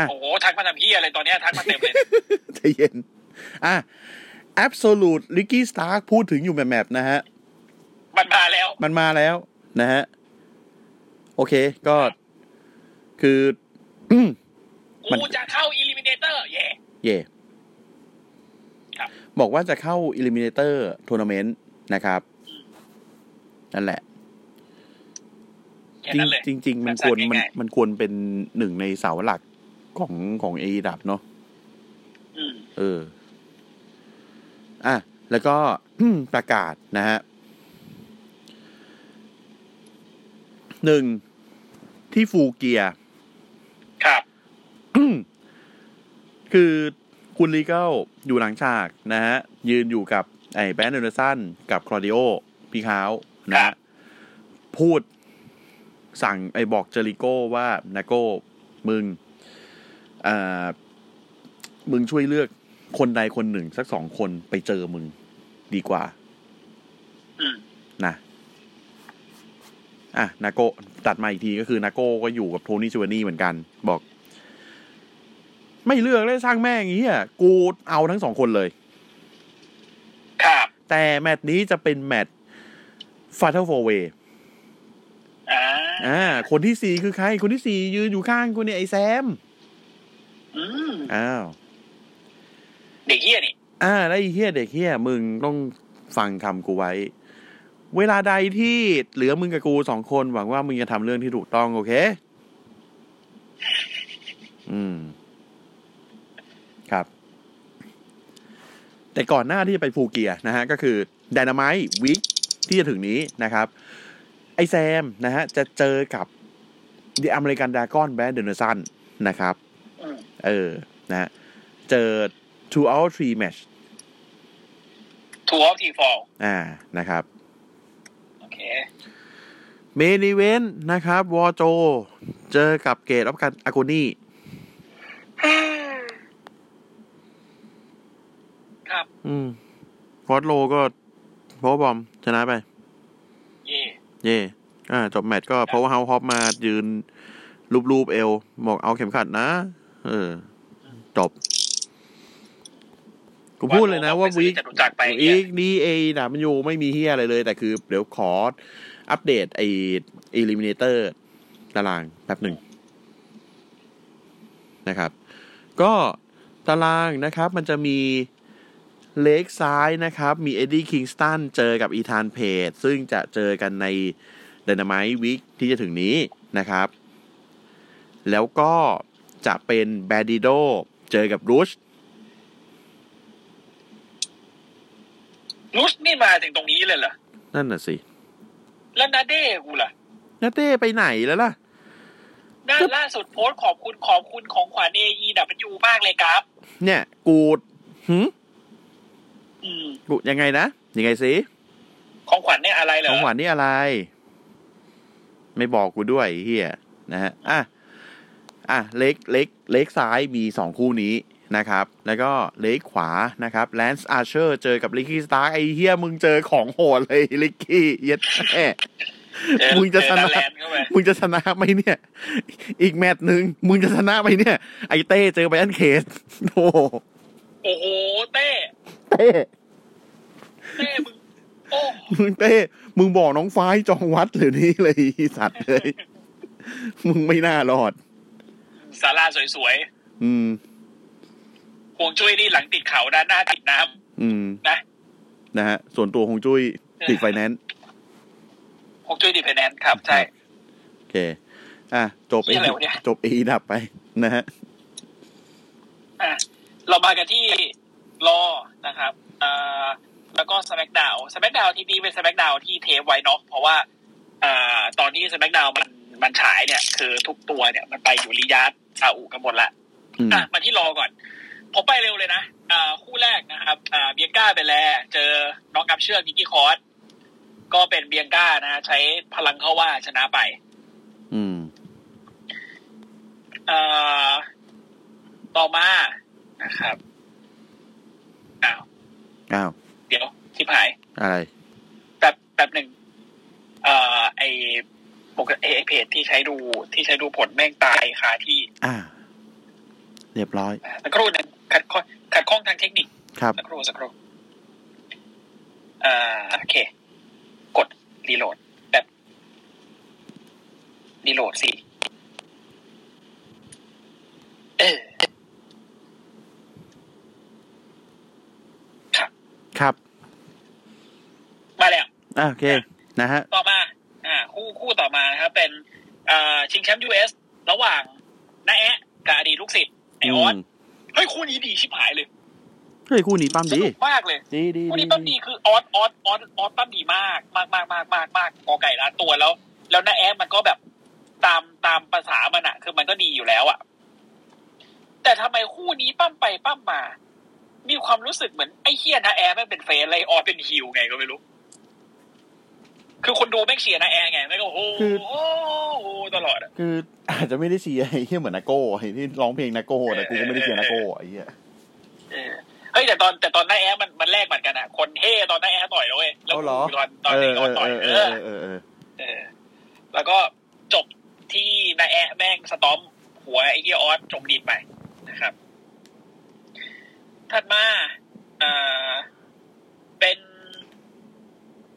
Speaker 1: ะ
Speaker 2: โอ้โหทักมาทำเฮียอะไรตอนเนี้ยทักมาเต็มเลย
Speaker 1: ใจเย็น อ่ะ Absolute ลิกกี้สตาร์พูดถึงอยู่แบบแบบๆนะฮะ
Speaker 2: มันมาแล้ว
Speaker 1: มันมาแล้วนะฮะ โอเคก็คือ มัน
Speaker 2: กูจะเข้าอิลิมิเนเตอร์เย่
Speaker 1: เย่
Speaker 2: ครับ
Speaker 1: บอกว่าจะเข้า Eliminator Tournament นะครับ นั่นแหละ
Speaker 2: แค่นั้นเลย
Speaker 1: จริงจริง ๆ มัน
Speaker 2: แบบ
Speaker 1: ค
Speaker 2: สั้
Speaker 1: วน รมัน
Speaker 2: ง่ายๆ
Speaker 1: มันควรเป็นหนึ่งในเสาหลักของของเอดับเนาะ
Speaker 2: อืม
Speaker 1: เออ อ่ะ แล้วก็ ประกาศนะฮะหนึ่งที่ฟูเกียร์
Speaker 2: ครับ
Speaker 1: คือคุณลีเกลอยู่หลังฉากนะฮะ ยืนอยู่กับไอ้แบรนด์เดนเดอร์สันกับคลอดิโอ พี่ขาวนะ
Speaker 2: ครั
Speaker 1: ฮะ
Speaker 2: บ
Speaker 1: พูดสั่งไอ้บอกเจอริโก้ว่านาโก้มึงเอ่อมึงช่วยเลือกคนใดคนหนึ่ง สักสองคนไปเจอมึงดีกว่า
Speaker 2: อืม
Speaker 1: นะอ่ะนาโกตัดมาอีกทีก็คือนาโกก็อยู่กับโทนี่จูเวนี่เหมือนกัน บอก ไม่เลือกเลยสร้างแม่งอย่างเงี้ยกูเอาทั้งสองคนเลย
Speaker 2: ครับ
Speaker 1: แต่แมตช์นี้จะเป็นแมตช์ฟาเธอร์โฟเว
Speaker 2: อ่า
Speaker 1: อ่าคนที่สี่คือใคร คนที่สี่ยืนอยู่ข้างกูเนี่ยไอแซม
Speaker 2: อืม
Speaker 1: อ้าว
Speaker 2: เด็กเฮียนี่
Speaker 1: อ่าแล้วไอ้เฮียเด็กเฮียมึงต้องฟังคำกูไว้ เวลาใดที่เหลือมึงกับกูสองคนหวังว่ามึงจะทำเรื่องที่ถูกต้องโอเค อืม ครับ แต่ก่อนหน้าที่จะไปฟูเกียนะฮะ ก็คือดนาม t ยวิกที่จะถึงนี้นะครับ ไอแซมนะฮะ จะเจอกับด h อเมริกันดากอนแบ d เดนเนอร์ซันนะครับ
Speaker 2: อืม
Speaker 1: เออ นะฮะ เจอ two out of three match
Speaker 2: ทัวร์ทีฟอล
Speaker 1: อ่า นะครับ
Speaker 2: โอเค
Speaker 1: เมนิเวนนะครับ วอโจ เจอกับเกตอัพกันอากูนี่
Speaker 2: ครับ
Speaker 1: อืมวอตโลก็โพบอม ชนะไป
Speaker 2: เย่
Speaker 1: เย่อ่า จบแมตช์ก็เพราะว่าเฮาฮอปมายืน รูปรูปๆเอว บอกเอาเข็มขัดนะ เออ จบ กูพูดเลยนะว่า
Speaker 2: วิ
Speaker 1: วี
Speaker 2: จะรู้จักไป
Speaker 1: อี
Speaker 2: เหี้ย
Speaker 1: กดีเอนะมันอยู่ไม่มีเฮียอะไรเลย แต่คือ เดี๋ยวขออัปเดตไอเอลิมิเนเตอร์ตารางแป๊บหนึ่ง นะครับ ก็ตารางนะครับ มันจะมีเลกซ้ายนะครับ มีเอ็ดดี้คิงสตันเจอกับอีธานเพจซึ่งจะเจอกันใน d y n a m i t e Week ที่จะถึงนี้นะครับ แล้วก็จะเป็นแบดิโดเจอกับรูช
Speaker 2: รูชนี่มาถึงตรงนี้เลยเหรอ
Speaker 1: นั่นน่ะสิ
Speaker 2: แล้วนาเด้กูล่ะ
Speaker 1: นาเต้ไปไหนแล้วล่ะ
Speaker 2: ด้านล่าสุดโพสต์ขอบคุณขอบคุณของขวัญเอีดับยูมากเลยครับ
Speaker 1: เนี่ย กูหืม
Speaker 2: อืม
Speaker 1: กูยังไงนะ ยังไงสิ
Speaker 2: ของขวัญเนี่ยอะไรเหร
Speaker 1: ข
Speaker 2: อ
Speaker 1: องหวานนี่อะไร ไม่บอกกูด้วยไอ้เฮียนะฮะอ่ะอ่ะเล็กเล็กเล็กซ้ายมีสองคู่นี้นะครับ แล้วก็เล็กขวานะครับแลนซ์อาร์เชอร์เจอกับลิกกี้สตาร์ไอเฮียมึงเจอของโหดเลยลิกกี้เย็ดแม่
Speaker 2: เออ
Speaker 1: มึงจะ
Speaker 2: เอ
Speaker 1: ช
Speaker 2: อ
Speaker 1: นะ
Speaker 2: ดาแลนด์เข้าไป
Speaker 1: มึงจะชนะไหมเนี่ย อีกแมตช์หนึ่งมึงจะชนะไหมเนี่ย ไอเต้เจอไบรอันเคสโอ้โห
Speaker 2: โอ้โหเต้
Speaker 1: เต้
Speaker 2: เต้มึงโอ้
Speaker 1: มึงเต้มึงบอกน้องฟ้ายจองวัดหรือนี่เลยไอ้สัตว์เลยมึงไม่น่ารอด
Speaker 2: ศาลาสวย
Speaker 1: อืม
Speaker 2: ๆห่วงจุ้ยนี่หลังติดเขาด้านหน้าติดน้ำ
Speaker 1: อืม
Speaker 2: นะ
Speaker 1: นะฮะ ส่วนตัวของจุ้ยติดไฟแนนซ์
Speaker 2: ห่วงจุ้ยดีเพนแนนซ์ครับ ใช่
Speaker 1: โอเค อ่ะ จบ
Speaker 2: เหี้
Speaker 1: เอย
Speaker 2: อะไรวะเนี่ย
Speaker 1: จบเอดับไป นะฮะ
Speaker 2: อ่ะเรามากันที่รอนะครับอ่าแล้วก็สแมกดาวสแมกดาวที่นี่เป็นสแมกดาวที่เทปไว้เนอกเพราะว่าอ่าตอนที่สแมกดาวมันมันฉายเนี่ย คือทุกตัวเนี่ยมันไปอยู่ริยาดซาอุกันหมดละ
Speaker 1: อืม
Speaker 2: อ่ะมาที่รอก่อน ผมไปเร็วเลยนะอ่าคู่แรกนะครับอ่าเบียงก้าไปแลเจอน้องกับเชือกดิกกี้คอสก็เป็นเบียงก้านะใช้พลังเข้าว่าชนะไป
Speaker 1: อืม
Speaker 2: อ่าต่อมานะครับอ้าว
Speaker 1: อ้าว
Speaker 2: เดี๋ยวที่หาย
Speaker 1: อะไร
Speaker 2: แบบแบบหนึ่งอ่าไอปกติไอ้เพจที่ใช้ดูที่ใช้ดูผลแม่งตายคาที่
Speaker 1: อ่า เรียบร้อย
Speaker 2: อ่าสักครู่หนึงขัดข้อขัดข้องทางเทคนิค
Speaker 1: ครับ
Speaker 2: สักครู่สักครู่อ่าโอเค กดรีโหลดแบบรีโหลดสิเออ
Speaker 1: ครับ
Speaker 2: มาแล้ว
Speaker 1: อ่ะโอเค นะฮะ
Speaker 2: ต่อมาอ่าคู่คู่ต่อมานะครับ เป็นอ่าชิงแชมป์ยูเอสระหว่างน้าแอะกับอดีตลูกศิษย์ไอออส
Speaker 1: อืม
Speaker 2: เฮ้ย คู่นี้ดีชิบหายเลย
Speaker 1: เฮ้ยคู่นี้ปั้ม
Speaker 2: ส
Speaker 1: ดี
Speaker 2: นุกมากเลย
Speaker 1: ดีดี
Speaker 2: คู่
Speaker 1: ดี
Speaker 2: นี้ปั้มดีคือออสออสออสออสปั้มดีมากมากมากมากมากมากกอไก่ล้านตัวแล้ว แล้วน้าแอดมันก็แบบตามตามภาษามันอะคือมันก็ดีอยู่แล้วอะแต่ทำไมคู่นี้ปั้มไปปั้มมา มีความรู้สึกเหมือนไอ้เฮียน้าแอดมันเป็นเฟนอะไรออสเป็นฮิวไงก็ไม่รู้ คือคนดูแม่งเชียร์น้าแอดไงแม่งก็โอ้โหโอ้โหตลอดอะ
Speaker 1: คือ อาจจะไม่ได้เชียร์ไอ้เหี้ยเหมือนนาโก้ไอ้ที่ร้องเพลงนาโก้แต่กูก็ไม่ได้เชียร์นาโก้ไอ้เหี้ย
Speaker 2: เออเฮ้ยแต่ตอนแต่ตอนน้าแอดมันมันแลกเหมือนกันอะคนเท่ตอนน้าแอดต่อยแล้วเว้ยแล้ว
Speaker 1: เอาเหรอ
Speaker 2: กูตอนตอน
Speaker 1: เอ
Speaker 2: นี้
Speaker 1: อ
Speaker 2: ต
Speaker 1: เออ
Speaker 2: อนต่อย
Speaker 1: เอ
Speaker 2: เอ
Speaker 1: อ
Speaker 2: อ
Speaker 1: เออเออ
Speaker 2: เออแล้วก็จบที่นาแอะแม่งสตอมหัวไอ้เหียออสจมดินไปนะครับ ถัดมาเอ่อเป็น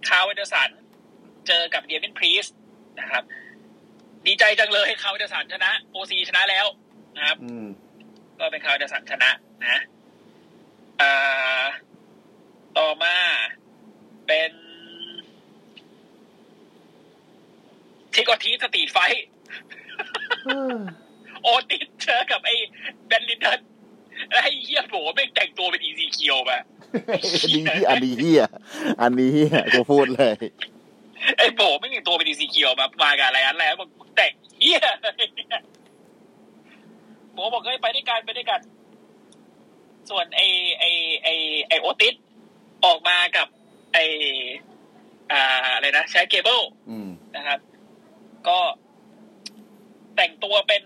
Speaker 2: คาวเวนเดอร์สัน เจอกับเดียมินพรีสนะครับ ดีใจจังเลยคาวเวนเดอร์สันชนะโอซีชนะแล้วนะครับ
Speaker 1: อืม
Speaker 2: ก็เป็นคาวเดอร์สันชนะนะอ่าต่อมาเป็นทิกอทีสตีดไฟท์โอติสเจอกับไอ้แบนลินเดนและไอ้เฮียโหไม่งแต่งตัวเป็นอีซีเคียวมา
Speaker 1: อันนี้อันนี้เฮียอันนี้เฮียกูพูดเลย
Speaker 2: ไอ้โหไม่งแต่งตัวเป็นอีซีเคียวมามากับอะไรอันแล้วบอกแต่งเฮียอะไรเนี่ยโหบอกเฮ้ยไปด้วยกันไปด้วยกัน ส่วนไอไอไอไอโอติสออกมากับ ไออ่าอะไรนะใช้เกเบิล
Speaker 1: อืม
Speaker 2: นะครับ ก็แต่งตัวเป็น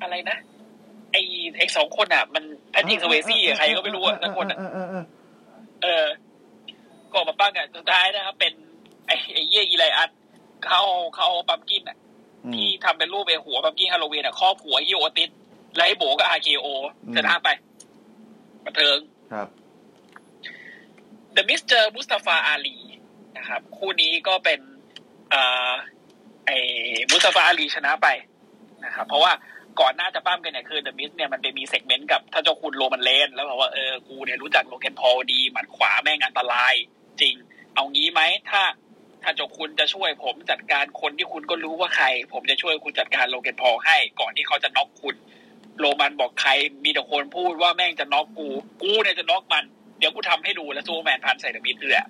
Speaker 2: อะไรนะ ไอไอสองคนอ่ะ มันแพทริกสเวซี่ใครก็ไม่รู้อ่ะทั้งคนอ่ะ เออ ก็ออกมาปั้งอ่ะสุดท้ายนะครับ เป็น ไอไอเย่อีไลอัดเข้าเข้าปั๊มกินอ่ะ ที่ทำเป็นรูปไอหัวปั๊มกินฮาโลวีนอ่ะครอบหัวฮิโอติสไลโบก็อาร์เคโอ
Speaker 1: อืม
Speaker 2: ชนะไปบันเทิง
Speaker 1: ครับ
Speaker 2: The Mr. Mustafa Ali นะครับ คู่นี้ก็เป็นเอ่อไอ้มุสตาฟาอาลีชนะไปนะครับ เพราะว่าก่อนหน้าจะปั้มกันเนี่ยคือ The Mist เนี่ยมันไปมีเซกเมนต์กับท่านเจ้าคุณโรมันเลน แล้วบอกว่าเออกูเนี่ยรู้จักโลเกนพอลดี หมัดขวาแม่งอันตราย จริง เอางี้ไหมถ้า ท่านเจ้าคุณจะช่วยผมจัดการคนที่คุณก็รู้ว่าใคร ผมจะช่วยคุณจัดการโลเกนพอลให้ ก่อนที่เขาจะน็อกคุณ โรมันบอกใคร มีแต่คนพูดว่าแม่งจะน็อกกู กูเนี่ยจะน็อกมัน เดี๋ยวกูทำให้ดูแล้วซูเปอร์แมนพันใส่เดอะมิดเลยอะ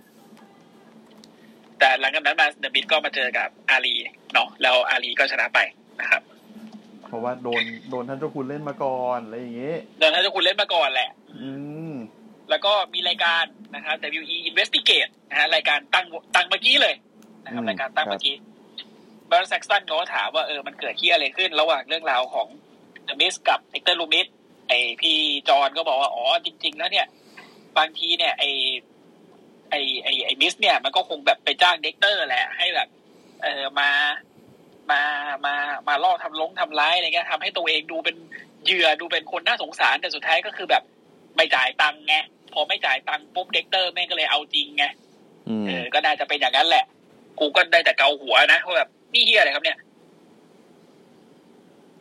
Speaker 2: แต่หลังจากนั้นมาเดอะมิดก็มาเจอกับอาลีเนาะแล้วอาลีก็ชนะไปนะครับ
Speaker 1: เพราะว่าโดนโดนท่านเจ้าคุณเล่นมาก่อนอะไรอย่างเงี้ย
Speaker 2: เดี๋ยวท่านเจ้าคุณเล่นมาก่อนแหละ
Speaker 1: อืม
Speaker 2: แล้วก็มีรายการนะครับ WE Investigate นะฮะรายการตั้งตั้งเมื่อกี้เลยนะครับ
Speaker 1: อืม
Speaker 2: รายการตั้งเมื่อกี้บร n แซก s ันเขาก็ถามว่าเออมันเกิดที่อะไรขึ้น ระหว่างเรื่องราวของเดมิสกับเ e กเตอร์ลูมิสไอพี่จอนก็บอกว่า อ๋อ จริง ๆ แล้วเนี่ย บางทีเนี่ย ไอไอไอไอมิสเนี่ย มันก็คงแบบไปจ้างเด็กเตอร์แหละ ให้แบบ เออมามามามาล่อทำลงทำร้ายอะไรเงี้ยทำให้ตัวเองดูเป็นเหยื่อดูเป็นคนน่าสงสารแต่สุดท้ายก็คือแบบ ไม่จ่ายตังค์ไงพอไม่จ่ายตังค์ปุ๊บเด็กเตอร์แม่งก็เลยเอาจริงไง
Speaker 1: อืม
Speaker 2: เออก็น่าจะเป็นอย่างนั้นแหละ กูก็ได้แต่เกาหัวนะว่าแบบนี่เฮียอะไรครับเนี่ย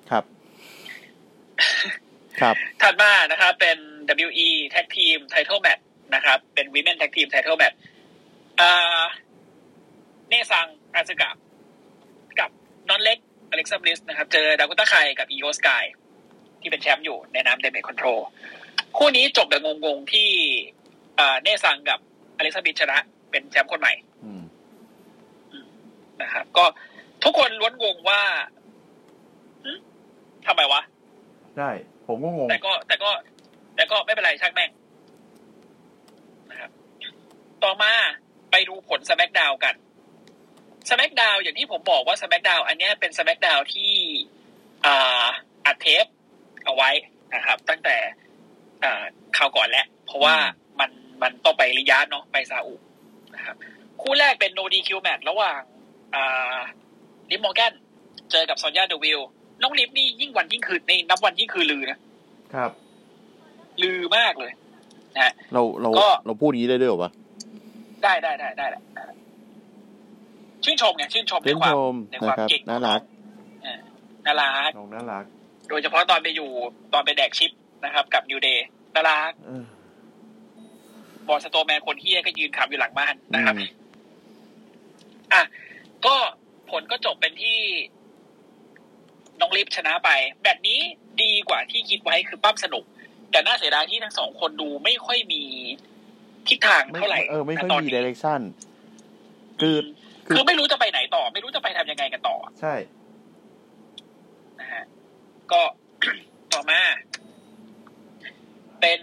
Speaker 1: ครับ ครับ
Speaker 2: ถัดมานะครับ เป็น WE Tag Team Title Match นะครับ เป็น Women Tag Team Title Match อ่าเนซังอาซึกะกับนอนเล็กอเล็กซ์บลิสนะครับ เจอดากุต้าไคกับอีโอสกายที่เป็นแชมป์อยู่ในนามเดเมคคอนโทรคู่นี้จบแบบงงๆที่อ่าเนซังกับอเล็กซ์บลิสชนะ เป็นแชมป์คนใหม่
Speaker 1: อืม
Speaker 2: นะครับก็ทุกคนล้วนงงว่าหึทำไมวะ
Speaker 1: ใช่ ผมก็งง
Speaker 2: แต่ก็แต่ก็ แต่ก็ไม่เป็นไรช่างแม่งนะครับ ต่อมาไปดูผลสแมกดาวกันสแมกดาวอย่างที่ผมบอกว่าสแมกดาวอันเนี้ยเป็นสแมกดาวที่อ่าอัดเทปเอาไว้นะครับ ตั้งแต่อ่าข่าวก่อนแล้วเพราะว่ามันมันต้องไปริยาดเนาะไปซาอุนะครับ คู่แรกเป็นโนดีคิวแมตระหว่างอ่าลิมมอร์แกนเจอกับซอนยาเดวิลน้องลิฟนี่ยิ่งวันยิ่งคืนนี่นับวันยิ่งคืนลือนะ
Speaker 1: ครับ
Speaker 2: ลือมากเลย
Speaker 1: เราเรา
Speaker 2: ก็
Speaker 1: เราพูดอย่างนี้ได้ด้วยเหรอวะ
Speaker 2: ได้ได้ได้ได้แหละได้แหละชื่นชมไงชื่นชมใน
Speaker 1: เล่น
Speaker 2: ควา
Speaker 1: ช
Speaker 2: ม
Speaker 1: ม
Speaker 2: ในค
Speaker 1: นะ
Speaker 2: วาม
Speaker 1: ครับ
Speaker 2: เก่ง
Speaker 1: น่ารัก
Speaker 2: น่ารัก
Speaker 1: น้องน่ารัก
Speaker 2: โดยเฉพาะตอนไปอยู่ตอนไปแดกชิปนะครับ กับนิวเดย์น่ารัก
Speaker 1: เออบ
Speaker 2: อลสโตแมนคนเฮียก็ยืนขำอยู่หลังบ้าน
Speaker 1: อื
Speaker 2: นะครับ
Speaker 1: ม
Speaker 2: อ่ะก็ผลก็จบเป็นที่น้องลิฟชนะไป แบบนี้ดีกว่าที่คิดไว้คือปั้มสนุก แต่น่าเสียดายที่ทั้งสองคนดูไม่ค่อยมีทิศทาง
Speaker 1: ไม่
Speaker 2: เท่าไหร่
Speaker 1: เออไม่ค่อย
Speaker 2: ณตน
Speaker 1: มี
Speaker 2: นี้
Speaker 1: เดเรคชั่น คือ คือ
Speaker 2: คือไม่รู้จะไปไหนต่อ ไม่รู้จะไปทำยังไงกันต่อ
Speaker 1: ใช่
Speaker 2: นะฮะก็ ต่อมา เป็น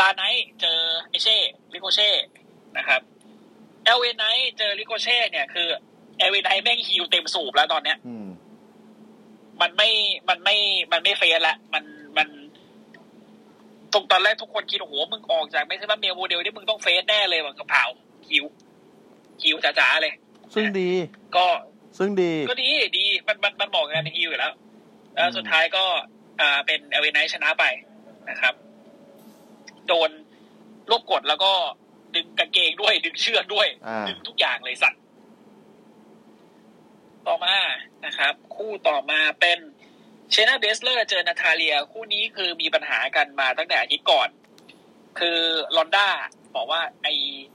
Speaker 2: ลาไนท์เจอไอเช่ลิโกเช่นะครับเอลเวไนท์เจอลิโกเช่เนี่ยคือเอลเวไนท์แม่งฮิวเต็มสูบแล้วตอนเนี้ย
Speaker 1: อืม
Speaker 2: มันไม่มันไม่มันไม่เฟรละมันมันตรงตอนแรกทุกคนคิดโอ้โหมึงออกจากไม่ใช่ว่าเมียโมเดลที่มึงต้องเฟสแน่เลยว่ะกระเป๋าคิวคิวจ๋าๆเลย
Speaker 1: ซึ่งดี
Speaker 2: ก็
Speaker 1: ซึ่งดี
Speaker 2: ก็ดีดีมันมันมันบอกกันในฮิวอยู่แล้วแล้
Speaker 1: อื
Speaker 2: ว
Speaker 1: ม
Speaker 2: สุดท้ายก็ อ่าเป็นเอเวไนชนะไปนะครับ โดนลบกดแล้วก็ดึงกางเกงด้วย ดึงเชือกด้วย
Speaker 1: อ่า
Speaker 2: ดึงทุกอย่างเลยสัตว์ ต่อมานะครับ คู่ต่อมาเป็นเชนาเบสเลอร์เจอนาทาเลีย คู่นี้คือมีปัญหากันมาตั้งแต่อาทิตย์ก่อน คือลอนด้าบอกว่า ไอ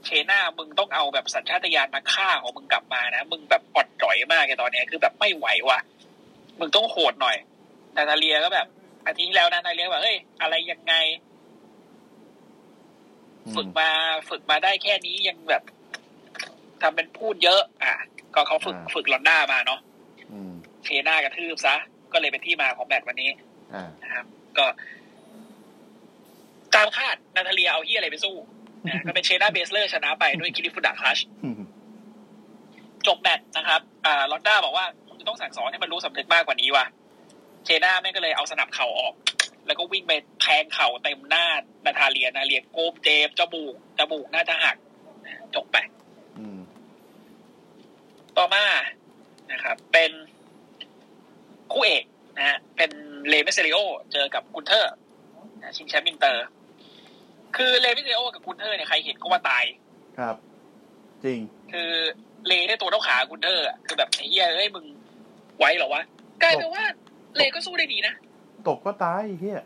Speaker 2: เชนามึงต้องเอาแบบสัญชาตญาณนักฆ่าของมึงกลับมานะ มึงแบบอ่อนจ่อยมากเลยตอนเนี้ยคือแบบไม่ไหวว่ะ มึงต้องโหดหน่อย นาตาเลียก็แบบอาทิตย์ที่แล้วนะนาตาเลียแบบเฮ้ยอะไรยังไง
Speaker 1: อืม
Speaker 2: ฝึกมาฝึกมาได้แค่นี้ยังแบบทำเป็นพูดเยอะ อ่ะ ก็เขาฝึก
Speaker 1: อ่า
Speaker 2: ฝึกลอนด้ามาเนาะ
Speaker 1: อืม
Speaker 2: เฟน่ากระทืบซะ ก็เลยเป็นที่มาของแมตช์วันนี้
Speaker 1: อ่า
Speaker 2: นะครับ ก็ ตามคาดนาทาเลียเอาที่อะไรไปสู้นะก็เป็นเชน่าเบสเลอร์ชนะไปด้วยคิริฟุดะคลัช
Speaker 1: อืม
Speaker 2: จบแมตช์นะครับ อ่าลอนด้าบอกว่ามึงจะต้องสั่งสอนให้มันรู้สำนึกมากกว่านี้ว่ะ เชน่าแม่งก็เลยเอาสนับเข่าออก แล้วก็วิ่งไปแทงเข่าเต็มหน้านาทาเลียนาเลียโกมเจ็บจมูกจมูกน่าจะหักนะจบไป
Speaker 1: อืม
Speaker 2: ต่อมานะครับ เป็นคู่เอกนะฮะเป็นเลเมเซริโอเจอกับกุนเทอร์นะชิงแชมป์อินเตอร์ คือเลเมเซริโอกับกุนเทอร์เนี่ยใครเห็นก็ว่าตาย
Speaker 1: ครับ จริง
Speaker 2: คือเลได้ตัวเท่าขากุนเทอร์อะคือแบบไอ้เหี้ยเอ้ยมึงไว้เหรอวะกลายเป็นว่า เลก็สู้ได้ดีนะ
Speaker 1: ตกก็ตายไอ้เฮีย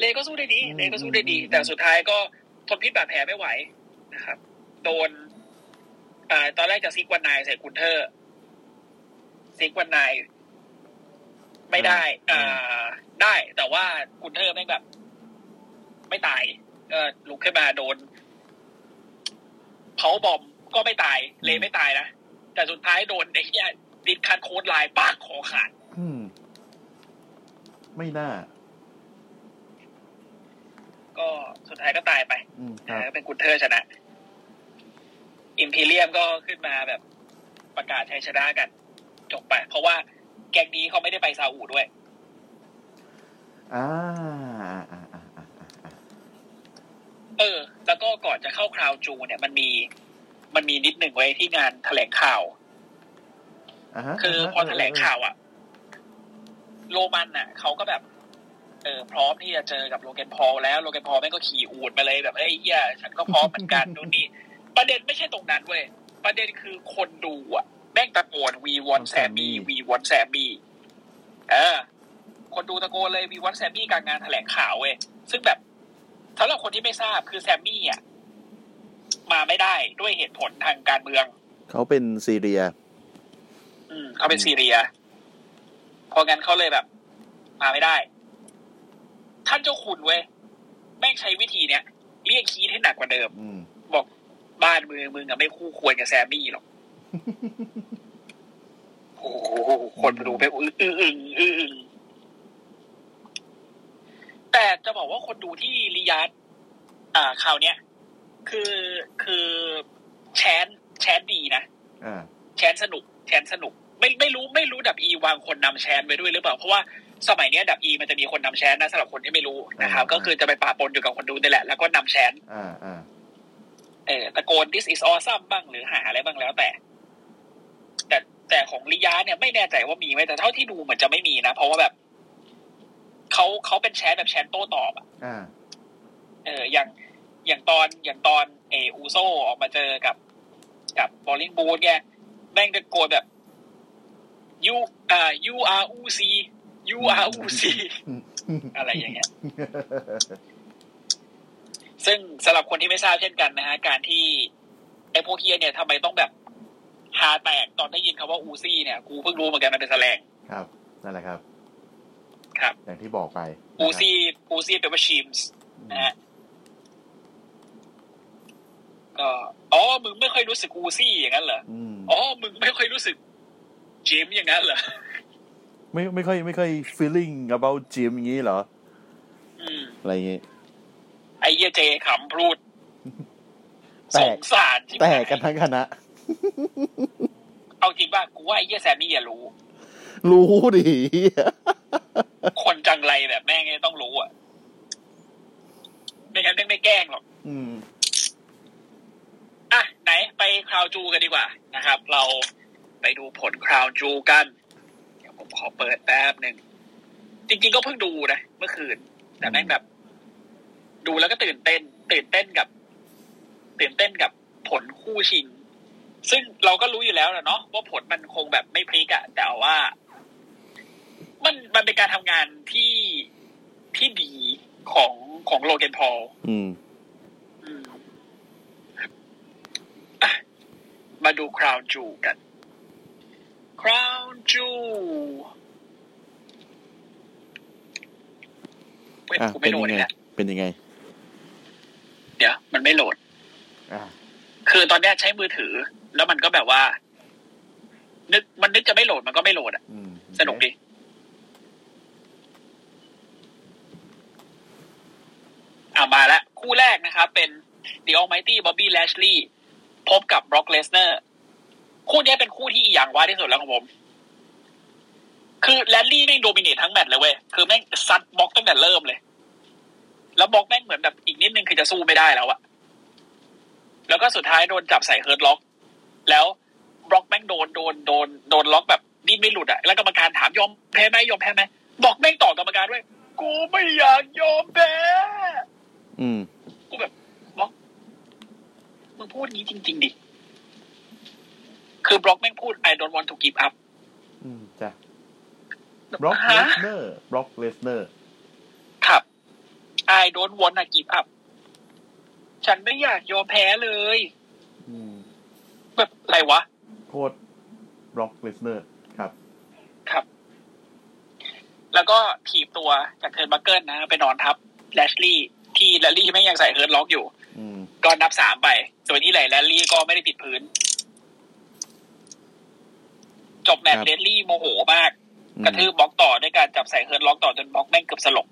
Speaker 2: เลก็สู้ได้ดี
Speaker 1: อืม
Speaker 2: เลก็สู้ได้ดี แต่สุดท้ายก็ทนพิษบาดแผลไม่ไหวนะครับ โดน อ่าตอนแรกจะซิกวันนายใส่คุณเทอร์ซิกวันนายไม่ได้
Speaker 1: อื
Speaker 2: อ่
Speaker 1: ม
Speaker 2: า ได้แต่ว่าคุณเทอร์ไม่งแบบ ไม่ตายเออลุกขึ้นมาโดนเผาบอมก็ไม่ตาย เลยไม่ตายนะ แต่สุดท้ายโดนไอ้เหี้ยดิดคันโค้ดลายปากคอขาด
Speaker 1: อืม ไม่น่า
Speaker 2: ก็สุดท้ายก็ตายไป
Speaker 1: อืมค
Speaker 2: นะ
Speaker 1: รับ
Speaker 2: ฮะเป็นกุนเทอร์ชนะ อิมพีเรียมก็ขึ้นมาแบบประกาศชัยชนะกัน จบไป เพราะว่าแก๊งนี้เขาไม่ได้ไปซาอุด้วย
Speaker 1: อ่าอ่าอ่าอ่าอ่า
Speaker 2: เออ แล้วก็ก่อนจะเข้าคราวจูเนี่ย มันมี มันมีนิดหนึ่งไว้ยที่งานแถลงข่าว
Speaker 1: อ่าฮะ
Speaker 2: คือพอแถลงข่าวอะโรมันน่ะเขาก็แบบ เออ พร้อมที่จะเจอกับโลแกนพอลแล้วโลแกนพอลแม่งก็ขี่อูดมาเลยแบบเอ้ยเหี้ยฉันก็พร้อมเหมือน กันนู่นนี่ประเด็นไม่ใช่ตรงนั้นเว้ยประเด็นคือคนดูอะแม่งตะโกนวีวอนแซมมี่วีวอนแซมมี่เออ คนดูตะโกนเลยวีวอนแซมมี่กลางงานแถลงข่าวเว้ยซึ่งแบบสำหรับคนที่ไม่ทราบคือแซมมี่อะมาไม่ได้ด้วยเหตุผลทางการเมือง
Speaker 1: เขาเป็นซีเรีย
Speaker 2: อืมเขาเป็นซีเรีย เพราะงั้นเขาเลยแบบ มาไม่ได้ ท่านเจ้าคุณเว้ย แม่งใช้วิธีเนี้ยเรียกคีดให้หนักกว่าเดิม
Speaker 1: อืม
Speaker 2: บอกบ้านมือมึงอะไม่คู่ควรกับแซมมี่หรอก โอ้โหคนดูไปอื้ออื้ออึงอื้ออึงแต่จะบอกว่าคนดูที่ริยาดอ่าข่าวเนี้ยคือคือแชนแชนดีนะ
Speaker 1: อ่า
Speaker 2: แชนสนุกแชนสนุก ไม่ไม่รู้ไม่รู้ดับอีวางคนนำแชนไว้ด้วยหรือเปล่า เพราะว่าสมัยเนี้ยดับอีมันจะมีคนนำแชนนะสำหรับคนที่ไม่รู้นะครับ
Speaker 1: อ่า
Speaker 2: ก็คือจะไปป่าปนอยู่กับคนดูนี่แหละ แล้วก็นำแชน
Speaker 1: อ่าอ่า
Speaker 2: เออตะโกน this is awesome บ้างหรือหาอะไรบ้างแล้วแต่ แต่แต่ของลิยาเนี่ยไม่แน่ใจว่ามีไหมแต่เท่าที่ดูเหมือนจะไม่มีนะ เพราะว่าแบบเขาเขาเป็นแชนแบบแชนโต้ตอบอะ
Speaker 1: อ่า
Speaker 2: เอออย่างอย่างตอนอย่างตอนเอออูโซออกมาเจอกับ กับบอลลิงบูธเนี่ยแม่งตะโกนแบบ you อ่า you are uc you are uc อะไรอย่างเงี้ย ซึ่งสำหรับคนที่ไม่ทราบเช่นกันนะฮะ การที่ไอ้พวกเฮียเนี่ยทำไมต้องแบบหาแตกตอนได้ยินคำว่าอูซี่เนี่ย กูเพิ่งรู้เหมือนกันมันเป็นแสลง
Speaker 1: ครับ นั่นแหละครับ
Speaker 2: ครับ
Speaker 1: อย่างที่บอกไป
Speaker 2: อูซี่อูซี่เป็นว่าชิมส์นะฮะก็อ๋อ มึงไม่ค่อยรู้สึกอูซี่อย่างนั้นเหรอ
Speaker 1: อืม
Speaker 2: อ๋อ มึงไม่ค่อยรู้สึกเจมส์อย่างนั้นเหรอ
Speaker 1: ไม่ไม่ค่อยไม่ค่อย feeling about gym อย่างนี้เหรอ
Speaker 2: อืม
Speaker 1: อะไรอย่างงี้
Speaker 2: ไอ้เหี้ยเจขำพรูด
Speaker 1: แต
Speaker 2: ส
Speaker 1: ก
Speaker 2: งสารที่
Speaker 1: แตกกันทั้งคณะ
Speaker 2: เอาจริงป่ะกูว่าไอ้เหี้ยแซมมี่อะรู้
Speaker 1: รู้ดิเหี้ย
Speaker 2: คนจังไรแบบแม่งเนี่ยต้องรู้อ่ะไม่งั้นแม่งไม่แกล้งหรอก
Speaker 1: อืม
Speaker 2: อ่ะ ไหนไปคราวจูกันดีกว่านะครับ เราไปดูผลคราวจูกัน เดี๋ยวผมขอเปิดแป๊บหนึ่ง จริงๆก็เพิ่งดูนะ เมื่อคืน แต่แม่งแบบ ดูแล้วก็ตื่นเต้น ตื่นเต้นกับ ตื่นเต้นกับผลคู่ชิง ซึ่งเราก็รู้อยู่แล้วแหละเนาะว่าผลมันคงแบบไม่พลิกอะแต่ว่า มันมันเป็นการทำงานที่ที่ดีของของโลเกนพอล
Speaker 1: อืม
Speaker 2: อืมอ่ะมาดูคราวจูกันคราวจูเว้ย
Speaker 1: อ่ะ
Speaker 2: กู
Speaker 1: เป็น
Speaker 2: ไม่โหล
Speaker 1: ยัง
Speaker 2: ด
Speaker 1: ไง
Speaker 2: อีกแล้ว
Speaker 1: เป็นยังไง
Speaker 2: เดี๋ยว มันไม่โหลด
Speaker 1: อ่า
Speaker 2: คือตอนเนี้ยใช้มือถือ แล้วมันก็แบบว่า นึกมันนึกจะไม่โหลดมันก็ไม่โหลดอ่ะ
Speaker 1: อืม
Speaker 2: สนุกดีอ่ะมาแล้ว คู่แรกนะครับ เป็น The Almighty Bobby Lashley พบกับ Brock Lesnar คู่เนี้ยเป็นคู่ที่อีหยางว้าที่สุดแล้วของผม คือแลนลี่แม่งโดมิเนตทั้งแมตช์เลยเว้ย คือแม่งซัดบล็อกตั้งแต่เริ่มเลย แล้วบล็อกแม่งเหมือนแบบอีกนิดนึงคือจะสู้ไม่ได้แล้วอะแล้วก็สุดท้ายโดนจับใส่เฮิร์ตล็อก แล้วบล็อกแม่งโดนโดนโดนโดนล็อกแบบดิ้นไม่หลุดอะแล้วกรรมการถามยอมแพ้ไหมยอมแพ้ไหมบอกแม่งต่อกรรมการด้วย กูไม่อยากยอมแพ้
Speaker 1: อืม
Speaker 2: กูแบบบล็อกมึงพูดงี้จริง ๆ ดิ คือบล็อกแม่งพูด I don't want to give up
Speaker 1: อืม จ้ะบล็อกเล
Speaker 2: ฮะ
Speaker 1: สเนอร์บล็อกเลสเนอร์
Speaker 2: ครับ I don't want to give up ฉันไม่อยากยอมแพ้เลย
Speaker 1: อืม
Speaker 2: แบบอะไรวะ
Speaker 1: โคตรบล็อกเลสเนอร์ครับ
Speaker 2: ครับ แล้วก็ถีบตัวจากเทิร์นบัคเกิลนะ ไปนอนทับแลชลี่ ที่แลลี่ไม่งยังใส่เฮิร์ตล็อกอยู่
Speaker 1: อืม
Speaker 2: ก็นับสามไป โดยที่ไหลแลลี่ก็ไม่ได้ติดพื้น จบแมต
Speaker 1: ครับ
Speaker 2: ช์เลสลี่โมโหมาก
Speaker 1: อืม
Speaker 2: กระทืบบล็อกต่อด้วยการจับใส่เฮิร์ตล็อกต่อจนบล็อกแม่งเกือบสลบ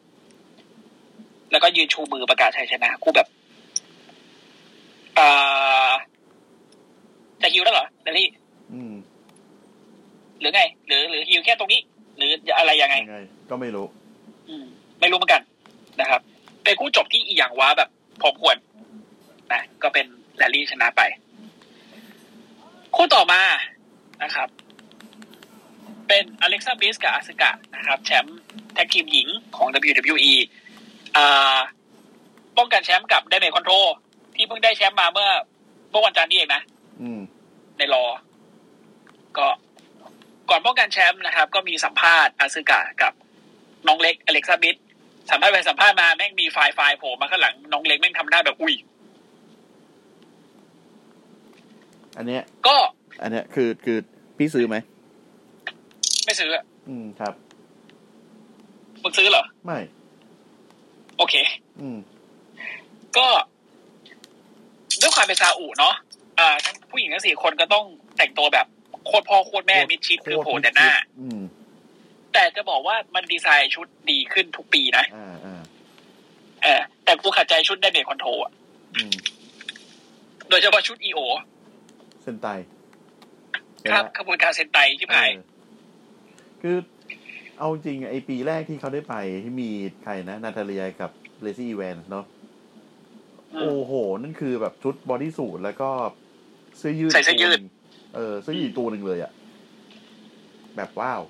Speaker 2: แล้วก็ยืนชูมือประกาศชัยชนะกูแบบอ่าจะฮิวแล้วเหรอแลลี่
Speaker 1: อืม
Speaker 2: หรือไง หรือหรือฮิวแค่ตรงนี้ หรืออะไรยังไง
Speaker 1: ยังไง ก็ไม่รู้
Speaker 2: อืมไม่รู้เหมือนกันนะครับเป็นคู่จบที่อีหยังว้าแบบพอควรนะก็เป็นแรลลี่ชนะไป คู่ต่อมานะครับ เป็นอเล็กซ่าบิสกับอาสกะนะครับ แชมป์แท็กทีมหญิงของ WWE อ่าป้องกันแชมป์กับไดเมคอนโทรที่เพิ่งได้แชมป์มาเมื่อเมื่อวันจันทร์นี้เองนะ
Speaker 1: อืม
Speaker 2: ในรอ ก็ก่อนป้องกันแชมป์นะครับ ก็มีสัมภาษณ์อาซึกะกับน้องเล็กอเล็กซาบิทสัมภาษณ์ไปสัมภาษณ์มาแม่งมีไฟล์ไฟล์โผล่มาข้างหลัง น้องเล็กแม่งทำหน้าแบบอุ้ย
Speaker 1: อันเนี้ย
Speaker 2: ก็
Speaker 1: อันเนี้ยคือคือพี่ซื้อไหม
Speaker 2: ไม่ซื้ออะ
Speaker 1: อืมครับ
Speaker 2: มึงซื้อเหรอ
Speaker 1: ไม่
Speaker 2: โอเค
Speaker 1: อืม
Speaker 2: ก็ด้วยความเป็นซาอุเนาะอ่าทั้งผู้หญิงทั้งสี่คนก็ต้องแต่งตัวแบบโคตรพ่อโคตรแม่มิดชิดคือโผล่แต่หน้า
Speaker 1: อืม
Speaker 2: แต่จะบอกว่ามันดีไซน์ชุดดีขึ้นทุกปีนะ
Speaker 1: อ่าอ่า
Speaker 2: เออแต่กูขัดใจชุดได้เบรคอนโทรอะ
Speaker 1: อืม
Speaker 2: โดยเฉพาะชุดอีโอ
Speaker 1: เส้นไต
Speaker 2: ครับ
Speaker 1: เห็นละ
Speaker 2: ขบวนการเซนไตที่ผ่าน
Speaker 1: เออคือ เอาจริงไอปีแรกที่เขาได้ไปที่มีใครนะ นาตาเลียกับเลซี่อีแวนเนาะ โอ้โห นั่นคือแบบชุดบอดี้สูทแล้วก็เสื้อยืด
Speaker 2: ใส่เสื้อยืด
Speaker 1: เออเสื้อยืดตัวหนึ่งเลยอะแบบว้าว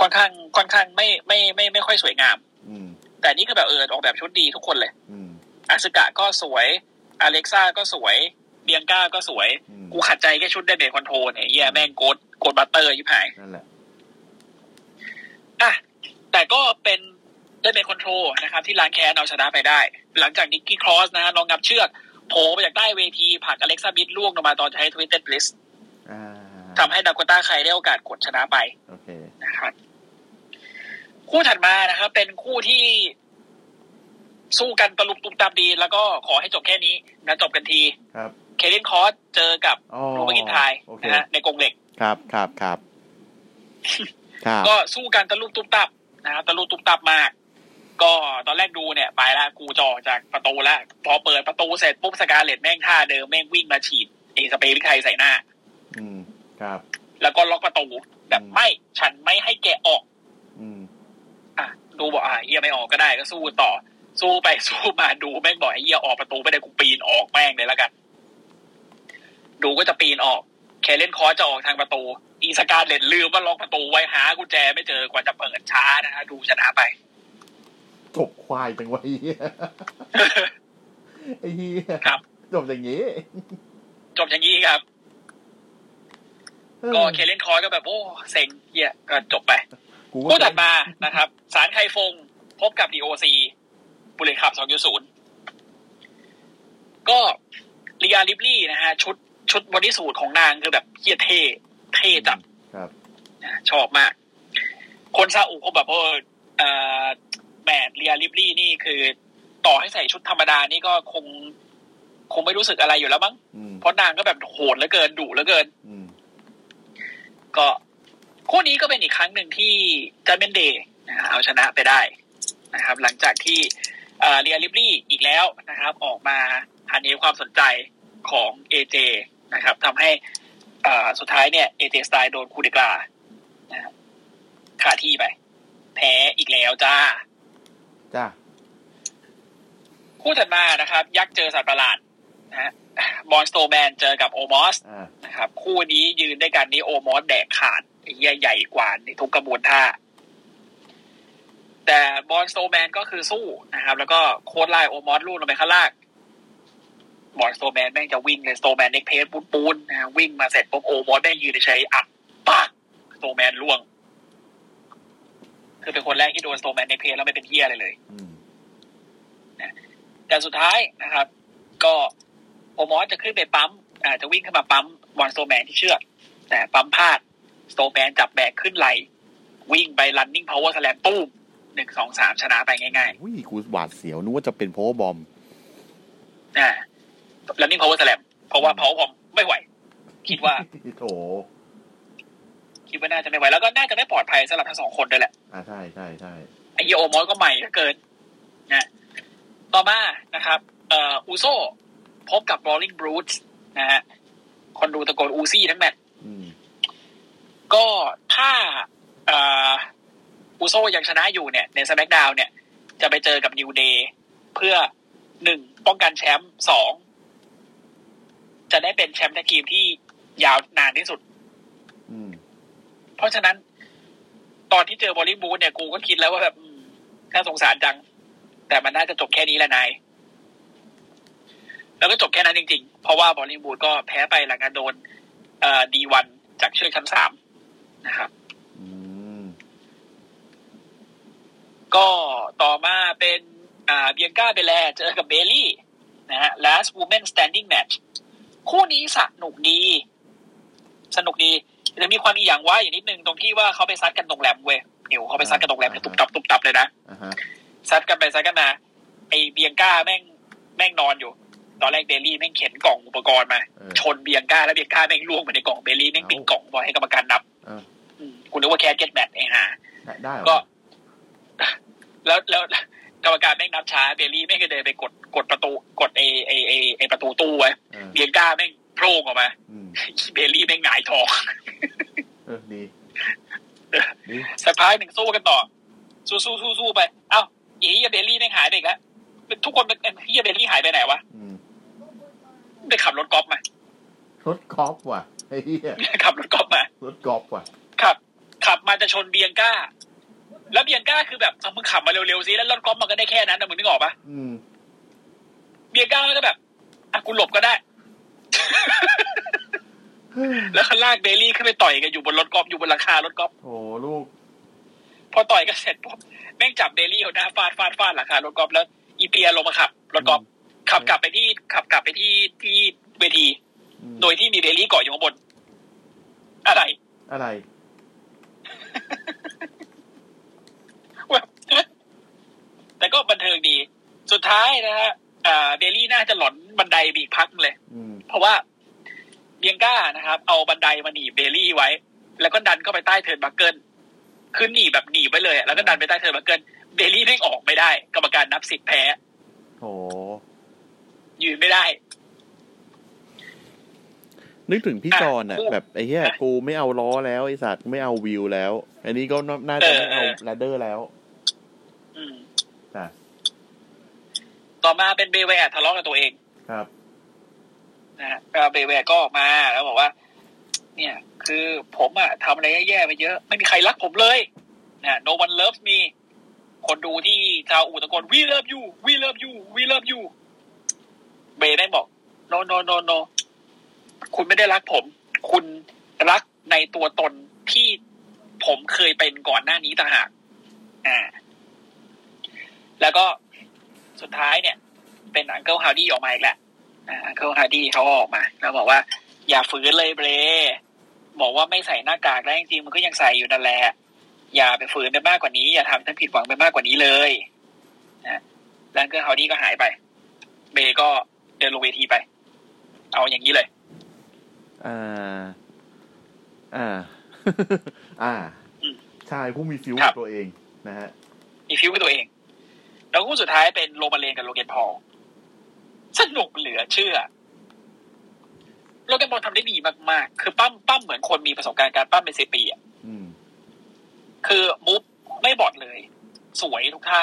Speaker 2: ค่อนข้างค่อนข้างไม่ไม่ไม่ไม่ค่อยสวยงาม
Speaker 1: อืม
Speaker 2: แต่นี่ก็แบบเออออกแบบชุดดีทุกคนเลย
Speaker 1: อืม
Speaker 2: อาสึกะก็สวยอเล็กซ่าก็สวยเบียงก้าก็สวย
Speaker 1: อืม
Speaker 2: กูขัดใจแค่ชุดได้เบรคอนโทรเนี่ยเฮียแม่งโกดโกดบัตเตอร์ยิบหาย
Speaker 1: นั่นแหละ
Speaker 2: อ่ะแต่ก็เป็นได้เบรคอนโทรนะครับ ที่ล้างแค้นเอาชนะไปได้ หลังจากนิกกี้ครอสนะฮะน้องงับเชือกโผล่มาจากใต้เวทีผลักอเล็กซ่าบิดล่วงลงมาตอนใช้ทวิตเตอร์บลิส
Speaker 1: อ่า
Speaker 2: ทำให้ดาโกต้าใครได้โอกาสกดชนะไป
Speaker 1: โอเค
Speaker 2: นะครับคู่ถัดมานะครับ เป็นคู่ที่สู้กันตะลุมตุมตามดี แล้วก็ขอให้จบแค่นี้นะจบกันที
Speaker 1: ครับ
Speaker 2: เคเลนคอสเจอกับ
Speaker 1: อ๋อ
Speaker 2: โรเบอร์กินไทาย
Speaker 1: โอเค
Speaker 2: นะฮะในกรงเหล็ก
Speaker 1: ครับครับครับ ครับ
Speaker 2: ก็สู้กันตะลุมตุมตับนะครับตะลุมตุมตับมาก ก็ตอนแรกดูเนี่ย ไปละกูจะออกจากประตูละพอเปิดประตูเสร็จปุ๊บสกาเลตแม่งท่าเดิมแม่งวิ่งมาฉีดไอ้สเปรย์พริกไทยใส่หน้า
Speaker 1: อืม ครับ
Speaker 2: แล้วก็ล็อกประตูแบบ
Speaker 1: อืม
Speaker 2: ไม่ฉันไม่ให้แกะออก
Speaker 1: อืม
Speaker 2: อ่ะดูบอกอ่ะเฮียไม่ออกก็ได้ก็สู้ต่อ สู้ไปสู้มาดูแม่งบอกไอ้เฮียออกประตูไม่ได้กูปีนออกแม่งเลยละกัน ดูก็จะปีนออกเคเลนคอร์สจะออกทางประตู อีสการเล็ดลืมว่าล็อกประตูไว้หากุญแจไม่เจอกว่าจะเปิดช้านะฮะดูชนะไป
Speaker 1: จบควายจังวะไอ้เหี้ยไอ้เหี้ย
Speaker 2: ครับ
Speaker 1: จบอย่างนี้
Speaker 2: จบอย่างนี้ครับ
Speaker 1: ออ
Speaker 2: ก็เคเลนคอร์สก็แบบโอ้เซ็งเฮียก็จบไป
Speaker 1: กู
Speaker 2: คู่ตัดมานะครับ สารไคฟงพบกับดีโอซีบุรีขับสองยูศูนย์ก็ลีอาลิบลี่นะฮะ ชุดชุดบอดี้สูทของนางคือแบบเฮียเท่เท่จัด
Speaker 1: ครับ
Speaker 2: นะชอบมาก คนซาอุเขาแบบว่าเอ่อแมดเรียลิบลี่นี่คือ ต่อให้ใส่ชุดธรรมดานี่ก็คง คงไม่รู้สึกอะไรอยู่แล้วมั้ง
Speaker 1: อืม
Speaker 2: เพราะนางก็แบบโหดเหลือเกินดุเหลือเกิน
Speaker 1: อืม
Speaker 2: ก็คู่นี้ก็เป็นอีกครั้งหนึ่งที่จันเบนเดย์นะฮะเอาชนะไปได้นะครับ หลังจากที่เอ่อเรียลิบลี่อีกแล้วนะครับ ออกมาหันเหความสนใจของเอเจนะครับทำให้เอ่อสุดท้ายเนี่ยเอเจสไตล์โดนคูเดกลานะครับขาที่ไป แพ้อีกแล้วจ้า
Speaker 1: จ้า
Speaker 2: คู่ถัดมานะครับ ยักษ์เจอสัตว์ประหลาดนะฮะบอลสโตแมนเจอกับโอมอส
Speaker 1: อ่า
Speaker 2: นะครับคู่นี้ยืนด้วยกันนี่โอมอสแดกขาดไอ้เหี้ยใหญ่กว่าในทุกกระบวนท่า แต่บอลสโตแมนก็คือสู้นะครับ แล้วก็โค้ดไล่โอมอสลูกลงไปข้างล่างบอลสโตแมนแม่งจะวิ่งเลยสโตแมนเน็กเพสปูนปูนๆนะฮะวิ่งมาเสร็จปุ๊บโอมอสแม่งยืนใช้อัดปักสโตแมนล่วง คือเป็นคนแรกที่โดนสโตแมนเน็กเพสแล้วไม่เป็นเหี้ยอะไรเลย
Speaker 1: อืม
Speaker 2: แต่สุดท้ายนะครับ ก็ โอมอสจะขึ้นไปปั๊มอ่าจะวิ่งขึ้นมาปั๊มวอนโซแมนที่เชือกแต่ปั๊มพลาดโซแมนจับแบกขึ้นไหล วิ่งไป running power slam ตู้มหนึ่งสองสามชนะไปง่าย
Speaker 1: อุ้ยกูหวาดเสียวนึกว่าจะเป็นโพบอม
Speaker 2: ๆอ่า running power slam เพราะว่า power bomb ไม่ไหว คิดว่า
Speaker 1: โถ
Speaker 2: คิดว่าน่าจะไม่ไหวแล้วก็น่าจะไม่ปลอดภัยสำหรับทั้งสองคนด้วยแหละ
Speaker 1: อ่าใช่ใช่ใช่
Speaker 2: ไอเหี้ยโอมอสก็ใหม่เหลือเกินนะต่อมานะครับเอ่ออูโซพบกับ Rolling Brutes นะฮะคนดูตะโกนอูซี่ทั้งแมตช์
Speaker 1: อืม
Speaker 2: ก็ถ้าเอ่ออูโซยังชนะอยู่เนี่ย ในส c k กดาวเนี่ย จะไปเจอกับนิวเดย์เพื่อหนึ่งป้องกันแชมป์สองจะได้เป็นแชมป์ในทีมที่ยาวนานที่สุด
Speaker 1: อืม
Speaker 2: เพราะฉะนั้น ตอนที่เจอบอลลิงบูธเนี่ยกูก็คิดแล้วว่าแบบอืมน่าสงสารจัง แต่มันน่าจะจบแค่นี้แหละนาย แล้วก็จบแค่นั้นจริงๆ เพราะว่าบอลลิงบูธก็แพ้ไปหลังการโดนเอ่อดีวันจากเชือกชั้นสามนะครับ
Speaker 1: อืม
Speaker 2: ก็ต่อมาเป็นอ่าเบียงก้าเบลแลเจอกับเบลลี่นะฮะ last woman standing match คู่นี้สนุกดี สนุกดีแต่มีความอีหยังว่าอย่างนิดนึงตรงที่ว่าเขาไปซัดกันตรงแรมเว้ยนิวเขาไปซัดกันตรงแรมเนี่ยตุบตับตุบตับเลยนะ
Speaker 1: อ่าฮะ
Speaker 2: ซัดกันไปซัดกันมา ไอเบียงก้าแม่งแม่งนอนอยู่ ตอนแรกเบลลี่แม่งเข็นกล่องอุปกรณ์มา
Speaker 1: เออ
Speaker 2: ชนเบียงก้าแล้วเบียงก้าแม่งล่วงไปในกล่องเบลลี่แม่งปิดกล่องบอกให้กรรมการนับ
Speaker 1: อ้าว
Speaker 2: อืมกูนึกว่าแคสเก็ตแมทไอ้ห่า
Speaker 1: ได้ได้เหรอ
Speaker 2: ก็ แล้วแล้วแล้วกรรมการแม่งนับช้าเบลลี่แม่งก็เดินไปกดกดประตูกดไอไอไอไอประตูตู้ไว้
Speaker 1: เออ
Speaker 2: เบียงก้าแม่งโพร่งออกมา
Speaker 1: อืม
Speaker 2: เบลลี่แม่งหงายท้อง
Speaker 1: เออดีดี
Speaker 2: สักพักหนึ่งสู้กันต่อ สู้สู้สู้สู้ไป เอ้าไอ้เฮียเบลลี่แม่งหายไปอีกแล้วทุกคนเป็นเฮียเบลลี่หายไปไหนวะ
Speaker 1: อืม
Speaker 2: ไปขับรถกอล์ฟมา
Speaker 1: ร ถกอล์ฟว่ะไอ้เหี้ย
Speaker 2: ขับรถกอล์ฟมาร
Speaker 1: ถกอล์ฟว่ะ
Speaker 2: ขับ ขับมาจะชนเบียงก้า แล้วเบียงก้าคือแบบเอามึงขับมาเร็วๆสิแล้วรถกอล์ฟมันก็ได้แค่นั้นนะมึงนึกออกปะ
Speaker 1: อืม
Speaker 2: เบียงก้าก็แบบอ่ะกูหลบก็ได้
Speaker 1: เฮ้ย
Speaker 2: แล้วเขาลากเบลลี่ขึ้นไปต่อยกันอยู่บนรถกอล์ฟอยู่บนหลังคารถกอล์ฟ
Speaker 1: โถลูก
Speaker 2: พอต่อยกันเสร็จปุ๊บแม่งจับเบลลี่เอาหน้าฟาดฟาดฟาดหลังคารถกอล์ฟแล้วอีเปียลงมาขับรถกอล์ฟขับกลับไปที่ขับกลับไปที่ที่เวที
Speaker 1: อืม
Speaker 2: โดยที่มีเบลลี่เกาะอยู่ข้างบน อะไร
Speaker 1: อะไร
Speaker 2: แบบ แต่ก็บันเทิงดี สุดท้ายนะฮะอ่าเบลลี่น่าจะหลอนบันไดบีกพักหนึ่งเลย
Speaker 1: อืม
Speaker 2: เพราะว่าเบียงก้านะครับ เอาบันไดมาหนีบเบลลี่ไว้ แล้วก็ดันเข้าไปใต้เทิร์นบักเกิลคือหนีบแบบหนีบไว้เลยอะแล้วก็ดันไปใต้เทิร์นบักเกิลเบลลี่ไม่งออกไม่ได้ กรรมการนับสิบแพ้
Speaker 1: โถ
Speaker 2: ยืนไม่ได้
Speaker 1: นึกถึงพี่
Speaker 2: อ่ะ
Speaker 1: จอนอ่ะ
Speaker 2: พูด
Speaker 1: แบบไอ้เหี้ยกูไม่เอาล้อแล้วไอ้สัตว์ไม่เอาวิวแล้ว อันนี้ก็น่าน่าจะไม่เอา
Speaker 2: เออเออ
Speaker 1: แรดเดอร์แล้ว
Speaker 2: อืม
Speaker 1: จ้ะ
Speaker 2: ต่อมาเป็นเบลแวร์ทะเลาะกับตัวเอง
Speaker 1: ครับ
Speaker 2: นะฮะเบลแวร์ก็ออกมาแล้วบอกว่า เนี่ย คือผมอะทำอะไรแย่ๆไปเยอะ ไม่มีใครรักผมเลยนะ no one loves me คนดูที่ชาวอูตะโกน we love you we love you we love you เบลแม่งบอก no no no no คุณไม่ได้รักผม คุณรักในตัวตนที่ผมเคยเป็นก่อนหน้านี้ต่างหาก อ่า แล้วก็สุดท้ายเนี่ย เป็นอังเกิลฮาวดี้ออกมาอีกแหละ อังเคิลฮาร์ดี้เขาออกมาแล้วบอกว่า อย่าฝืนเลยเบรบอกว่าไม่ใส่หน้ากากแล้วจริงๆมันก็ยังใส่อยู่นั่นแหละ อย่าไปฝืนไปมากกว่านี้ อย่าทำท่านผิดหวังไปมากกว่านี้เลยนะแล้วอังเกิลฮาร์ดี้ก็หายไป เบรก็เดินลงเวทีไป เอาอย่างนี้เลย
Speaker 1: อ่า อ่า อ่า
Speaker 2: อืม
Speaker 1: ชายผู้มีฟิว
Speaker 2: ครับ
Speaker 1: ตัวเองนะฮะ
Speaker 2: อีฟิวกับตัวเอง แล้วคู่สุดท้ายเป็นโรมาเลนกับโลเกนพอลสนุกเหลือเชื่อ โลเกนพอลทำได้ดีมากๆ คือปั้มปั้มเหมือนคนมีประสบการณ์การปั้มเป็นสิบปีอะ
Speaker 1: อืม
Speaker 2: คือมุฟไม่บอดเลย สวยทุกท่า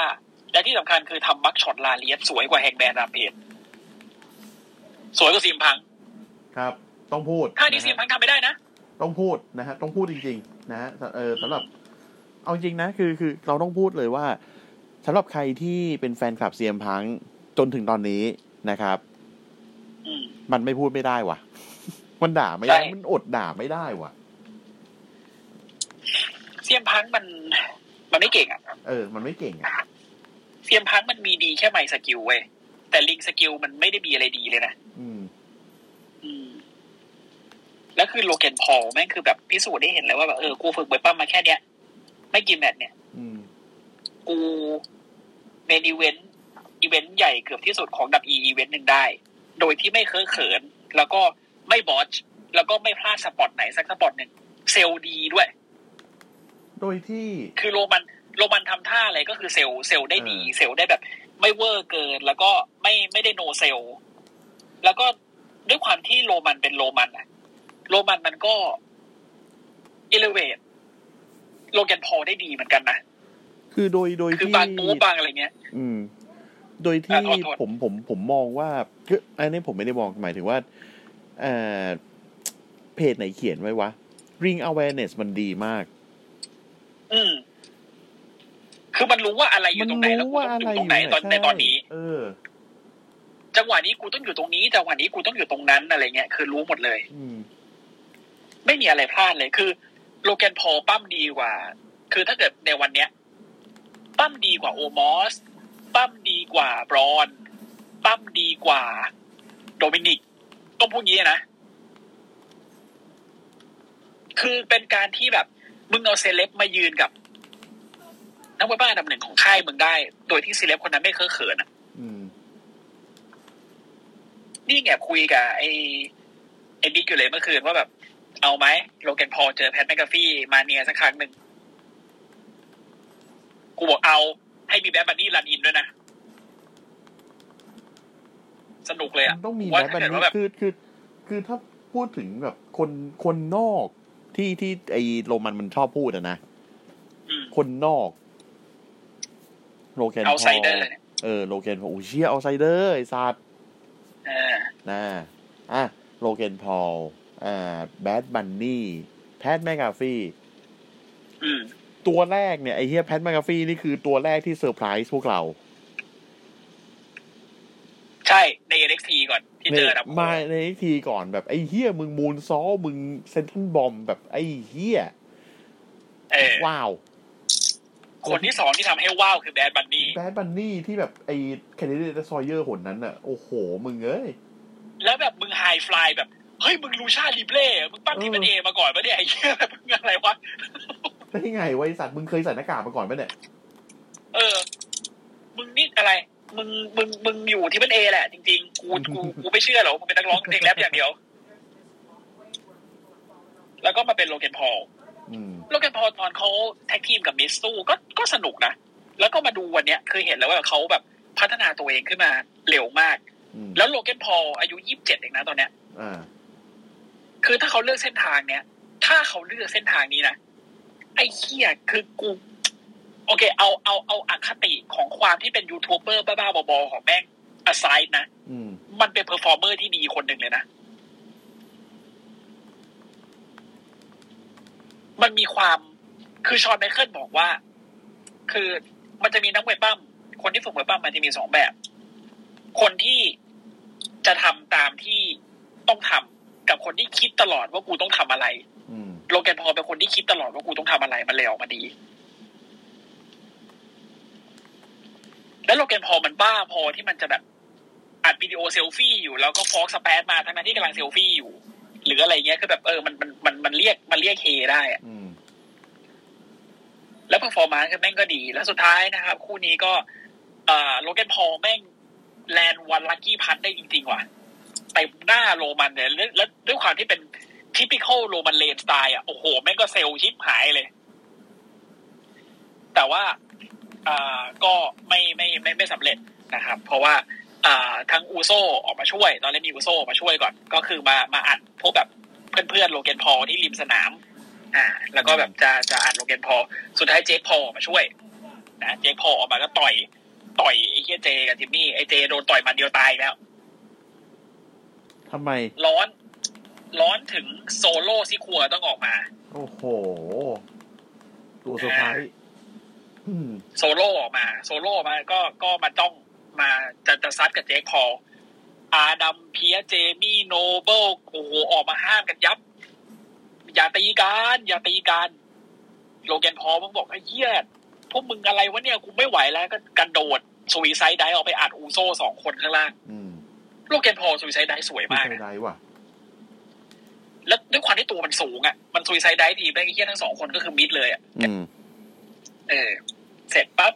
Speaker 2: และที่สำคัญคือทำบักช็อตลาเลียสสวยกว่าแฮงแมนราเพจสวยกว่าซีมพัง
Speaker 1: ครับ ต้องพูด
Speaker 2: ท่านี้
Speaker 1: ะ
Speaker 2: ซี
Speaker 1: ฮะ
Speaker 2: มพังทำไม่ได้นะ
Speaker 1: ต้องพูดนะฮะต้องพูดจริง ๆ นะฮะเออสำหรับ เอาจริงนะคือคือเราต้องพูดเลยว่าสำหรับใครที่เป็นแฟนคลับเซียมพังจนถึงตอนนี้นะครับ
Speaker 2: อืม
Speaker 1: มันไม่พูดไม่ได้ว่ะ มันด่าไม่ได้
Speaker 2: ใช่
Speaker 1: มันอดด่าไม่ได้ว่ะ
Speaker 2: เซียมพังมัน มันไม่เก่งอะ
Speaker 1: เออ มันไม่เก่งอ่ะ
Speaker 2: เซียมพังมันมีดีแค่ไมค์สกิลเว้ยแต่ลิงสกิลมันไม่ได้มีอะไรดีเลยนะ
Speaker 1: อืม
Speaker 2: อืม แล้วคือโลเกนพอลแม่งคือแบบพิสูจน์ได้เห็นเลยว่าแบบเออกูฝึกเวทปั้มมาแค่เนี้ย ไม่กี่แมตช์เนี่ย
Speaker 1: อืม
Speaker 2: กูเมนอีเวนต์อีเวนต์ใหญ่เกือบที่สุดของดับอีอีเวนต์หนึ่งได้ โดยที่ไม่เคอะเขิน แล้วก็ไม่บอชแล้วก็ไม่พลาดสปอตไหนสักสปอตหนึ่งเซลลดีด้วย
Speaker 1: โดยที่
Speaker 2: คือโรมันโรมันทำท่าอะไรก็คือเซลล์เซลล์ได้ดี
Speaker 1: เออ
Speaker 2: เซลล์ได้แบบ ไม่เวอร์เกิน แล้วก็ไม่ไม่ได้โนเซลล์แล้วก็ด้วยความที่โรมันเป็นโรมันอะโรมันมันก็อิเลเวตโลแกนพอลได้ดีเหมือนกันนะ
Speaker 1: คือโดยโดย
Speaker 2: คือ
Speaker 1: ที่
Speaker 2: บางมูฟบางอะไรเงี้ย
Speaker 1: อืม โดยที่
Speaker 2: อ่ะโทษโทษ
Speaker 1: ผมผมผมมองว่าคืออันนี้ผมไม่ได้มองหมายถึงว่าเอ่อเพจไหนเขียนไว้วะ ring awareness มันดีมาก
Speaker 2: อืม คือมันรู้ว่าอะไรอยู่ตรงไหนแล้ว
Speaker 1: รู้
Speaker 2: กู
Speaker 1: ว่า
Speaker 2: ต้อง
Speaker 1: อะ
Speaker 2: อ
Speaker 1: ไร
Speaker 2: ยู่
Speaker 1: อ
Speaker 2: ตร
Speaker 1: ยู่
Speaker 2: งไหนตอนในตอนนี้
Speaker 1: ใช่เออ
Speaker 2: จังหวะนี้กูต้องอยู่ตรงนี้จังหวะนี้กูต้องอยู่ตรงนั้นอะไรเงี้ยคือรู้หมดเลย
Speaker 1: อืม
Speaker 2: ไม่มีอะไรพลาดเลยคือ โลแกนพอลปั้มดีกว่า คือถ้าเกิดในวันเนี้ย ปั้มดีกว่าโอมอส ปั้มดีกว่าบรอน ปั้มดีกว่า โดมินิกต้องพูดงี้นะ คือเป็นการที่แบบ มึงเอาเซเลบมายืนกับ นักมวยบ้านอันดับหนึ่งของค่ายมึงได้ โดยที่เซเลบคนนั้นไม่เคอะเขินอะ
Speaker 1: อืม
Speaker 2: นี่ไงคุยกับไอ้ไอ้บิ๊กอยู่เลยเมื่อคืนว่าแบบ เอาไหมโลแกนพอลเจอแพทแมกกาฟี่มาเนียสักครั้งหนึ่ง กูบอกเอาให้มีแบดบันนี่รันอินด้วยนะ สนุกเลย
Speaker 1: มั
Speaker 2: อะ
Speaker 1: นต้องมี
Speaker 2: ว่า
Speaker 1: แม้บั
Speaker 2: ถ้าน เกิด
Speaker 1: นี้
Speaker 2: ว่าแบบ
Speaker 1: คือคือ คือถ้าพูดถึงแบบคนคนนอกที่ที่ไอโรมันมันชอบพูดอะนะ
Speaker 2: อืม
Speaker 1: คนนอกโลแกนพ
Speaker 2: เอา
Speaker 1: อ
Speaker 2: ไซเดอร์เนี่ย
Speaker 1: เออโลแกนพอลโอ้เชี่ยเอาไซเดอร์ไอสัตว์
Speaker 2: เออ
Speaker 1: นะอ่ะโลแกนพอลอ่าแบดบันนี่แพทแมกาฟี่
Speaker 2: อืม
Speaker 1: ตัวแรกเนี่ยไอเฮียแพทแมกาฟี่นี่คือตัวแรกที่เซอร์ไพรส์พวกเรา
Speaker 2: ใช่ใน NXT ก่อนที่เจอดับ
Speaker 1: มาในอีกทีก่อนแบบไอ้เฮียมึงมูนซอลมึงเซนทันบอมแบบไอ้เฮีย
Speaker 2: เออ
Speaker 1: ว้าว
Speaker 2: คนที่สองที่ทำให้ว้าวคือแบดบันนี่
Speaker 1: แบดบันนี่ที่แบบไอ้แคนดิเดตซอยเยอร์หนนั้นอ่ะ โอ้โห มึงเอ้ย
Speaker 2: แล้วแบบมึงไฮฟลายแบบ เฮ้ย มึงลูชาลิเบเล่มึงปั้นที่เป็นเอมาก่อนปะเนี่ยไอ้เหี้ยมึงอะไรวะ
Speaker 1: ได้ไงวะไอสัตว์ มึงเคยใส่หน้ากากมาก่อนปะเนี่ย
Speaker 2: เออ มึงนี่อะไร มึง มึง มึงอยู่ที่เป็นเอแหละ จริงๆ กู กู กูไม่เชื่อหรอกว่ามึงเป็นนักร้องเพลงแรปอย่างเดียว แล้วก็มาเป็นโลแกนพอล
Speaker 1: อืม
Speaker 2: โลแกนพอลตอนเขาแท็กทีมกับมิสซูก็ ก็สนุกนะ แล้วก็มาดูวันเนี้ยคือเห็นแล้วว่าเขาแบบพัฒนาตัวเองขึ้นมาเร็วมาก
Speaker 1: อืม
Speaker 2: แล้วโลแกนพอลอายุยี่สิบเจ็ดเองนะตอนเนี้ย
Speaker 1: อ่า
Speaker 2: คือถ้าเขาเลือกเส้นทางเนี้ย ถ้าเขาเลือกเส้นทางนี้นะ ไอ้เคียคือกู โอเค เอา เอา เอาอคติของความที่เป็นยูทูบเบอร์บ้าๆบอๆของแม่งอาไซด์นะ
Speaker 1: อืม
Speaker 2: มันเป็นเพอร์ฟอร์เมอร์ที่ดีคนหนึ่งเลยนะ มันมีความ คือชอนไมเคิลบอกว่า คือมันจะมีนักเวทปั้ม คนที่ฝึกเวทปั้มมันจะมีสองแบบ คนที่จะทำตามที่ต้องทำกับคนที่คิดตลอดว่ากูต้องทำอะไร
Speaker 1: อืม
Speaker 2: โลแกนพอลเป็นคนที่คิดตลอดว่ากูต้องทำอะไรมันเลยออกมาดี แล้วโลแกนพอลมันบ้าพอที่มันจะแบบอัดวิดีโอเซลฟี่อยู่แล้วก็ฟอกสแปซมาทั้งนั้นที่กำลังเซลฟี่อยู่ หรืออะไรเงี้ยคือแบบเออมันมันมันมันเรียกมันเรียกเฮได้อะ
Speaker 1: อืม
Speaker 2: แล้ว p e r ฟอร์ม n นคือแม่งก็ดี แล้วสุดท้ายนะครับ คู่นี้ก็เอ่อโลแกนพอลแม่งแลนวันลั c กี้พัทได้จริงๆว่ะเต็มหน้าโรมันเลยแล้วแล้วด้วยความที่เป็นทิปิคอลโรมันเลนสไตล์อ่ะโอ้โหแม่งก็เซลล์ชิปหายเลย แต่ว่าอ่าก็ไม่ไม่ไม่ไม่สำเร็จนะครับ เพราะว่าอ่าทั้งอูโซออกมาช่วย ตอนแรกมีอูโซออกมาช่วยก่อน ก็คือมามาอัดพวกแบบเพื่อนๆโลเกนพอลที่ริมสนาม อ่า แล้วก็แบบจะจะอัดโลเกนพอลสุดท้ายเจคพอลออกมาช่วยนะเจคพอลออกมาก็ต่อย ต่อยไอ้เฮียเจกับจิมมี่ไอ้เจโดนต่อยหมันเดียวตายแล้ว
Speaker 1: ทำไม
Speaker 2: ร้อน ร้อนถึงโซโล่ซิครัวต้องออกมา
Speaker 1: โอ้โห ตัวเซอร์ไพรส์อืม
Speaker 2: โซโล่ออกมา โซโล่ออกมาก็ก็มาจ้องมาจะจะซัดกับเจคพอลอาดัมเพียเจมี่โนเบิลโอ้โหออกมาห้ามกันยับ อย่าตีกันอย่าตีกันโลแกนพอลมันบอกไอ้เหี้ยพวกมึงอะไรวะเนี่ยกูไม่ไหวแล้วก็กันโดดสวีไซด์ไดฟ์ออกไปอัดอูโซสองคนข้างล่าง
Speaker 1: อืม
Speaker 2: โลแกนพอลสวีไซด์ไดฟ์สวย
Speaker 1: ไม่
Speaker 2: มาก
Speaker 1: ใช่
Speaker 2: นะ
Speaker 1: ได้ว่ะ
Speaker 2: แล้วด้วยความที่ตัวมันสูงอ่ะมันซุยไซด์ได้ดีแม่งไอ้เหี้ยทั้งสองคนก็คือมิดเลยอ่ะ
Speaker 1: อืม
Speaker 2: เออ เสร็จปั๊บ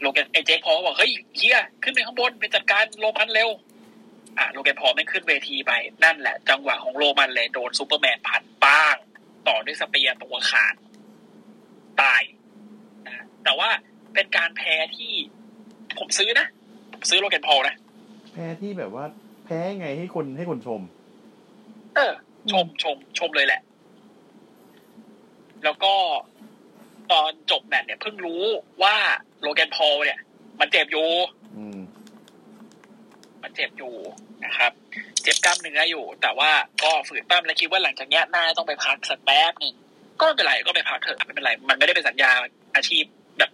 Speaker 2: โลแกนไอ้เจ๊พอลก็บอกเฮ้ยเฮียขึ้นไปข้างบนไปจัดการโรมันเร็ว อ่ะโลแกนพอลไม่งขึ้นเวทีไป นั่นแหละ จังหวะของโรมันเลยโดนซูเปอร์แมนพันป้าง ต่อด้วยสเปียร์ตัวขาด ตายนะแต่ว่าเป็นการแพ้ที่ ผมซื้อนะ ผมซื้อโลแกนพอลนะ
Speaker 1: แพ้ที่แบบว่า แพ้ไงให้คนให้คนชม
Speaker 2: เออ ชมชมชมเลยแหละ แล้วก็ตอนจบแมตช์เนี่ยเพิ่งรู้ว่าโลแกนพอลเนี่ย มันเจ็บอยู่
Speaker 1: อืม
Speaker 2: มันเจ็บอยู่นะครับ เจ็บกล้ามเนื้ออยู่ แต่ว่าก็ฝืนปั้มและคิดว่าหลังจากเนี้ยน่าจะต้องไปพักสักแป๊บหนึ่งก็ไม่เป็นไรก็ไปพักเถอะไม่เป็นไร มันไม่ได้เป็นสัญญาอาชีพแบบ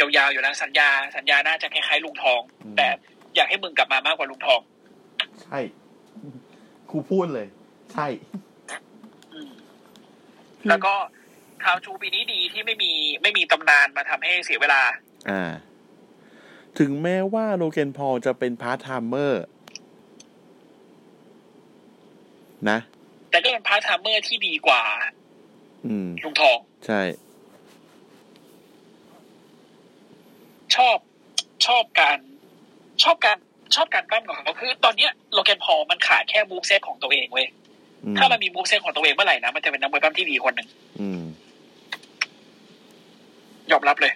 Speaker 2: ยาวๆอยู่แล้วสัญญา สัญญาน่าจะคล้ายๆลุงทอง
Speaker 1: อืม
Speaker 2: แต่อยากให้มึงกลับมามากกว่าลุงทอง
Speaker 1: ใช่ ครูพูดเลย ใช่
Speaker 2: อืมแล้วก็คาวชูปีนี้ดีที่ไม่มีไม่มีตำนานมาทำให้เสียเวลา
Speaker 1: อ่า ถึงแม้ว่าโลเกนพอลจะเป็นพาร์ทไทม์เมอร์ นะ
Speaker 2: แต่ก็เป็นพาร์ทไทม์เมอร์ที่ดีกว่า
Speaker 1: อืม
Speaker 2: ลุงทอง
Speaker 1: ใช่
Speaker 2: ชอบชอบการชอบการชอบการกล้ามของเขาคือ ตอนเนี้ยโลแกนพอลมันขาดแค่มูฟเซตของตัวเองเว้ย
Speaker 1: อืม
Speaker 2: ถ้ามันมีมูฟเซตของตัวเองเมื่อไหร่นะมันจะเป็นนักมวยปล้ำที่ดีคนหนึ่ง
Speaker 1: อืม
Speaker 2: ยอมรับเลย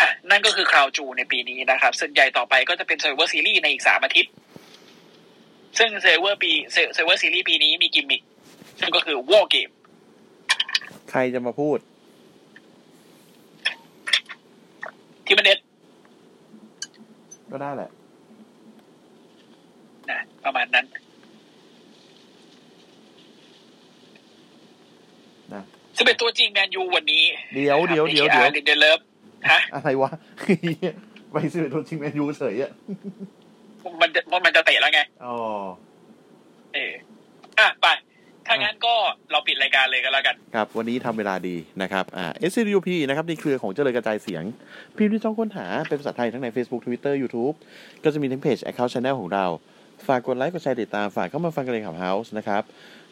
Speaker 2: อ่ะนั่นก็คือคราวจูในปีนี้นะครับ ส่วนใหญ่ต่อไปก็จะเป็นเซเวอร์ซีรีส์ในอีกสามอาทิตย์ ซึ่งเซเวอร์ปีเซเวอร์ซีรีส์ปีนี้มีกิมมิคซึ่งก็คือวอลเกม
Speaker 1: ใครจะมาพูด
Speaker 2: ที่มันเน็ต
Speaker 1: ก็ได้แหละ
Speaker 2: นะประมาณนั้น
Speaker 1: นะ
Speaker 2: ซึ่งเป็นตัวจริงแมนยูวันนี้
Speaker 1: เดี๋ยวเดี๋ยวเดี๋ยวเดี๋ยว
Speaker 2: ลินเดเลฟฮะ
Speaker 1: อะไรวะ ไปซื้อโดนชิงแมนยูเฉยอ่ะ
Speaker 2: มันจะมันจะเตะแล้วไง
Speaker 1: อ๋อ
Speaker 2: เอออ่ะ ไป ถ้างั้นก็เราปิดรายการเลยก็แล้วกัน
Speaker 1: ครับ วันนี้ทำเวลาดีนะครับ อ่า s c u p นะครับในเครือของเจริญกระจายเสียง พิมพ์ที่ช่องค้นหาเป็นภาษาไทยทั้งใน Facebook Twitter YouTube ก็จะมีทั้งเพจ Account Channel ของเรา ฝากกดไลค์กดแชร์ติดตาม ฝากเข้ามาฟังกันเลยขับเฮาส์นะครับ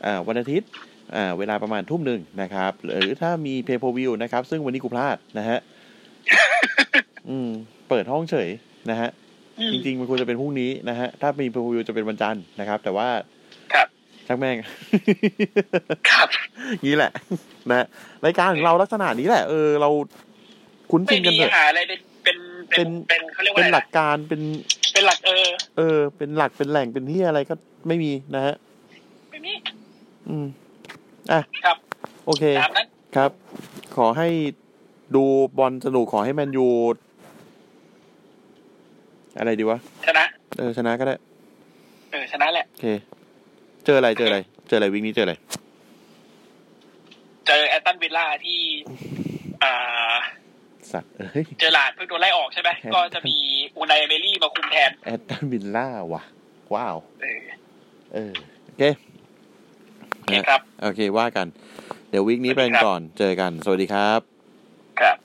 Speaker 1: อ่า วันอาทิตย์ อ่า เวลาประมาณทุ่มหนึ่งนะครับ หรือถ้ามีเพย์พวิวนะครับ ซึ่งวันนี้กูพลาดนะ ฮะ อืม เปิดห้องเฉยนะฮะ จริงๆ มันควรจะเป็นพรุ่งนี้นะฮะ ถ้ามีเพย์พวิวจะเป็นวันจันทร์นะครับ แต่ว่า
Speaker 2: ครับ
Speaker 1: ช่างแม่ง
Speaker 2: ครับ
Speaker 1: นี้แหละ นะรายการของเราลักษณะนี้แหละ เออเราคุ้น
Speaker 2: ไม่
Speaker 1: ชินกัน
Speaker 2: มี
Speaker 1: เถอะ
Speaker 2: หาอะไรเป็นเป็นเป็น
Speaker 1: เป็น
Speaker 2: เป็นเขาเรียกว่า
Speaker 1: เป็น
Speaker 2: อะไร
Speaker 1: หลั
Speaker 2: นะ
Speaker 1: กการเป็น
Speaker 2: เป็นหลักเออ
Speaker 1: เออ เป็นหลักเป็นแหล่งเป็นที่อะไรก็ไม่มีนะฮะ
Speaker 2: ไม่มี
Speaker 1: อืม อ่ะ
Speaker 2: ครับ
Speaker 1: โอเค
Speaker 2: ตามนั้น
Speaker 1: ครับ ขอให้ดูบอลสนุกขอให้แมนยูอะไรดีวะ
Speaker 2: ชนะ
Speaker 1: เออชนะก็ได้
Speaker 2: เออ ชนะแหละ
Speaker 1: โอเค เจออะไรเจออะไร เจออะไรวิกนี้เจออะไร
Speaker 2: เจอแอตตันวิลล่าที่ อ่า
Speaker 1: สัตว์เอ้ย
Speaker 2: เจอหลาดเพิ่งโดนไล่ออกใช่ไหม
Speaker 1: ครับ
Speaker 2: ก็จะมีอูนายเบลลี่มาคุมแทน
Speaker 1: แอตตันวิลล่าว่ะ ว้าว
Speaker 2: เออ
Speaker 1: เออ โอเค
Speaker 2: โอเคครับ
Speaker 1: โอเคว่ากัน เดี๋ยววีคนี้ไปกันก่อน เจอกัน สวัสดีครับ
Speaker 2: ครับ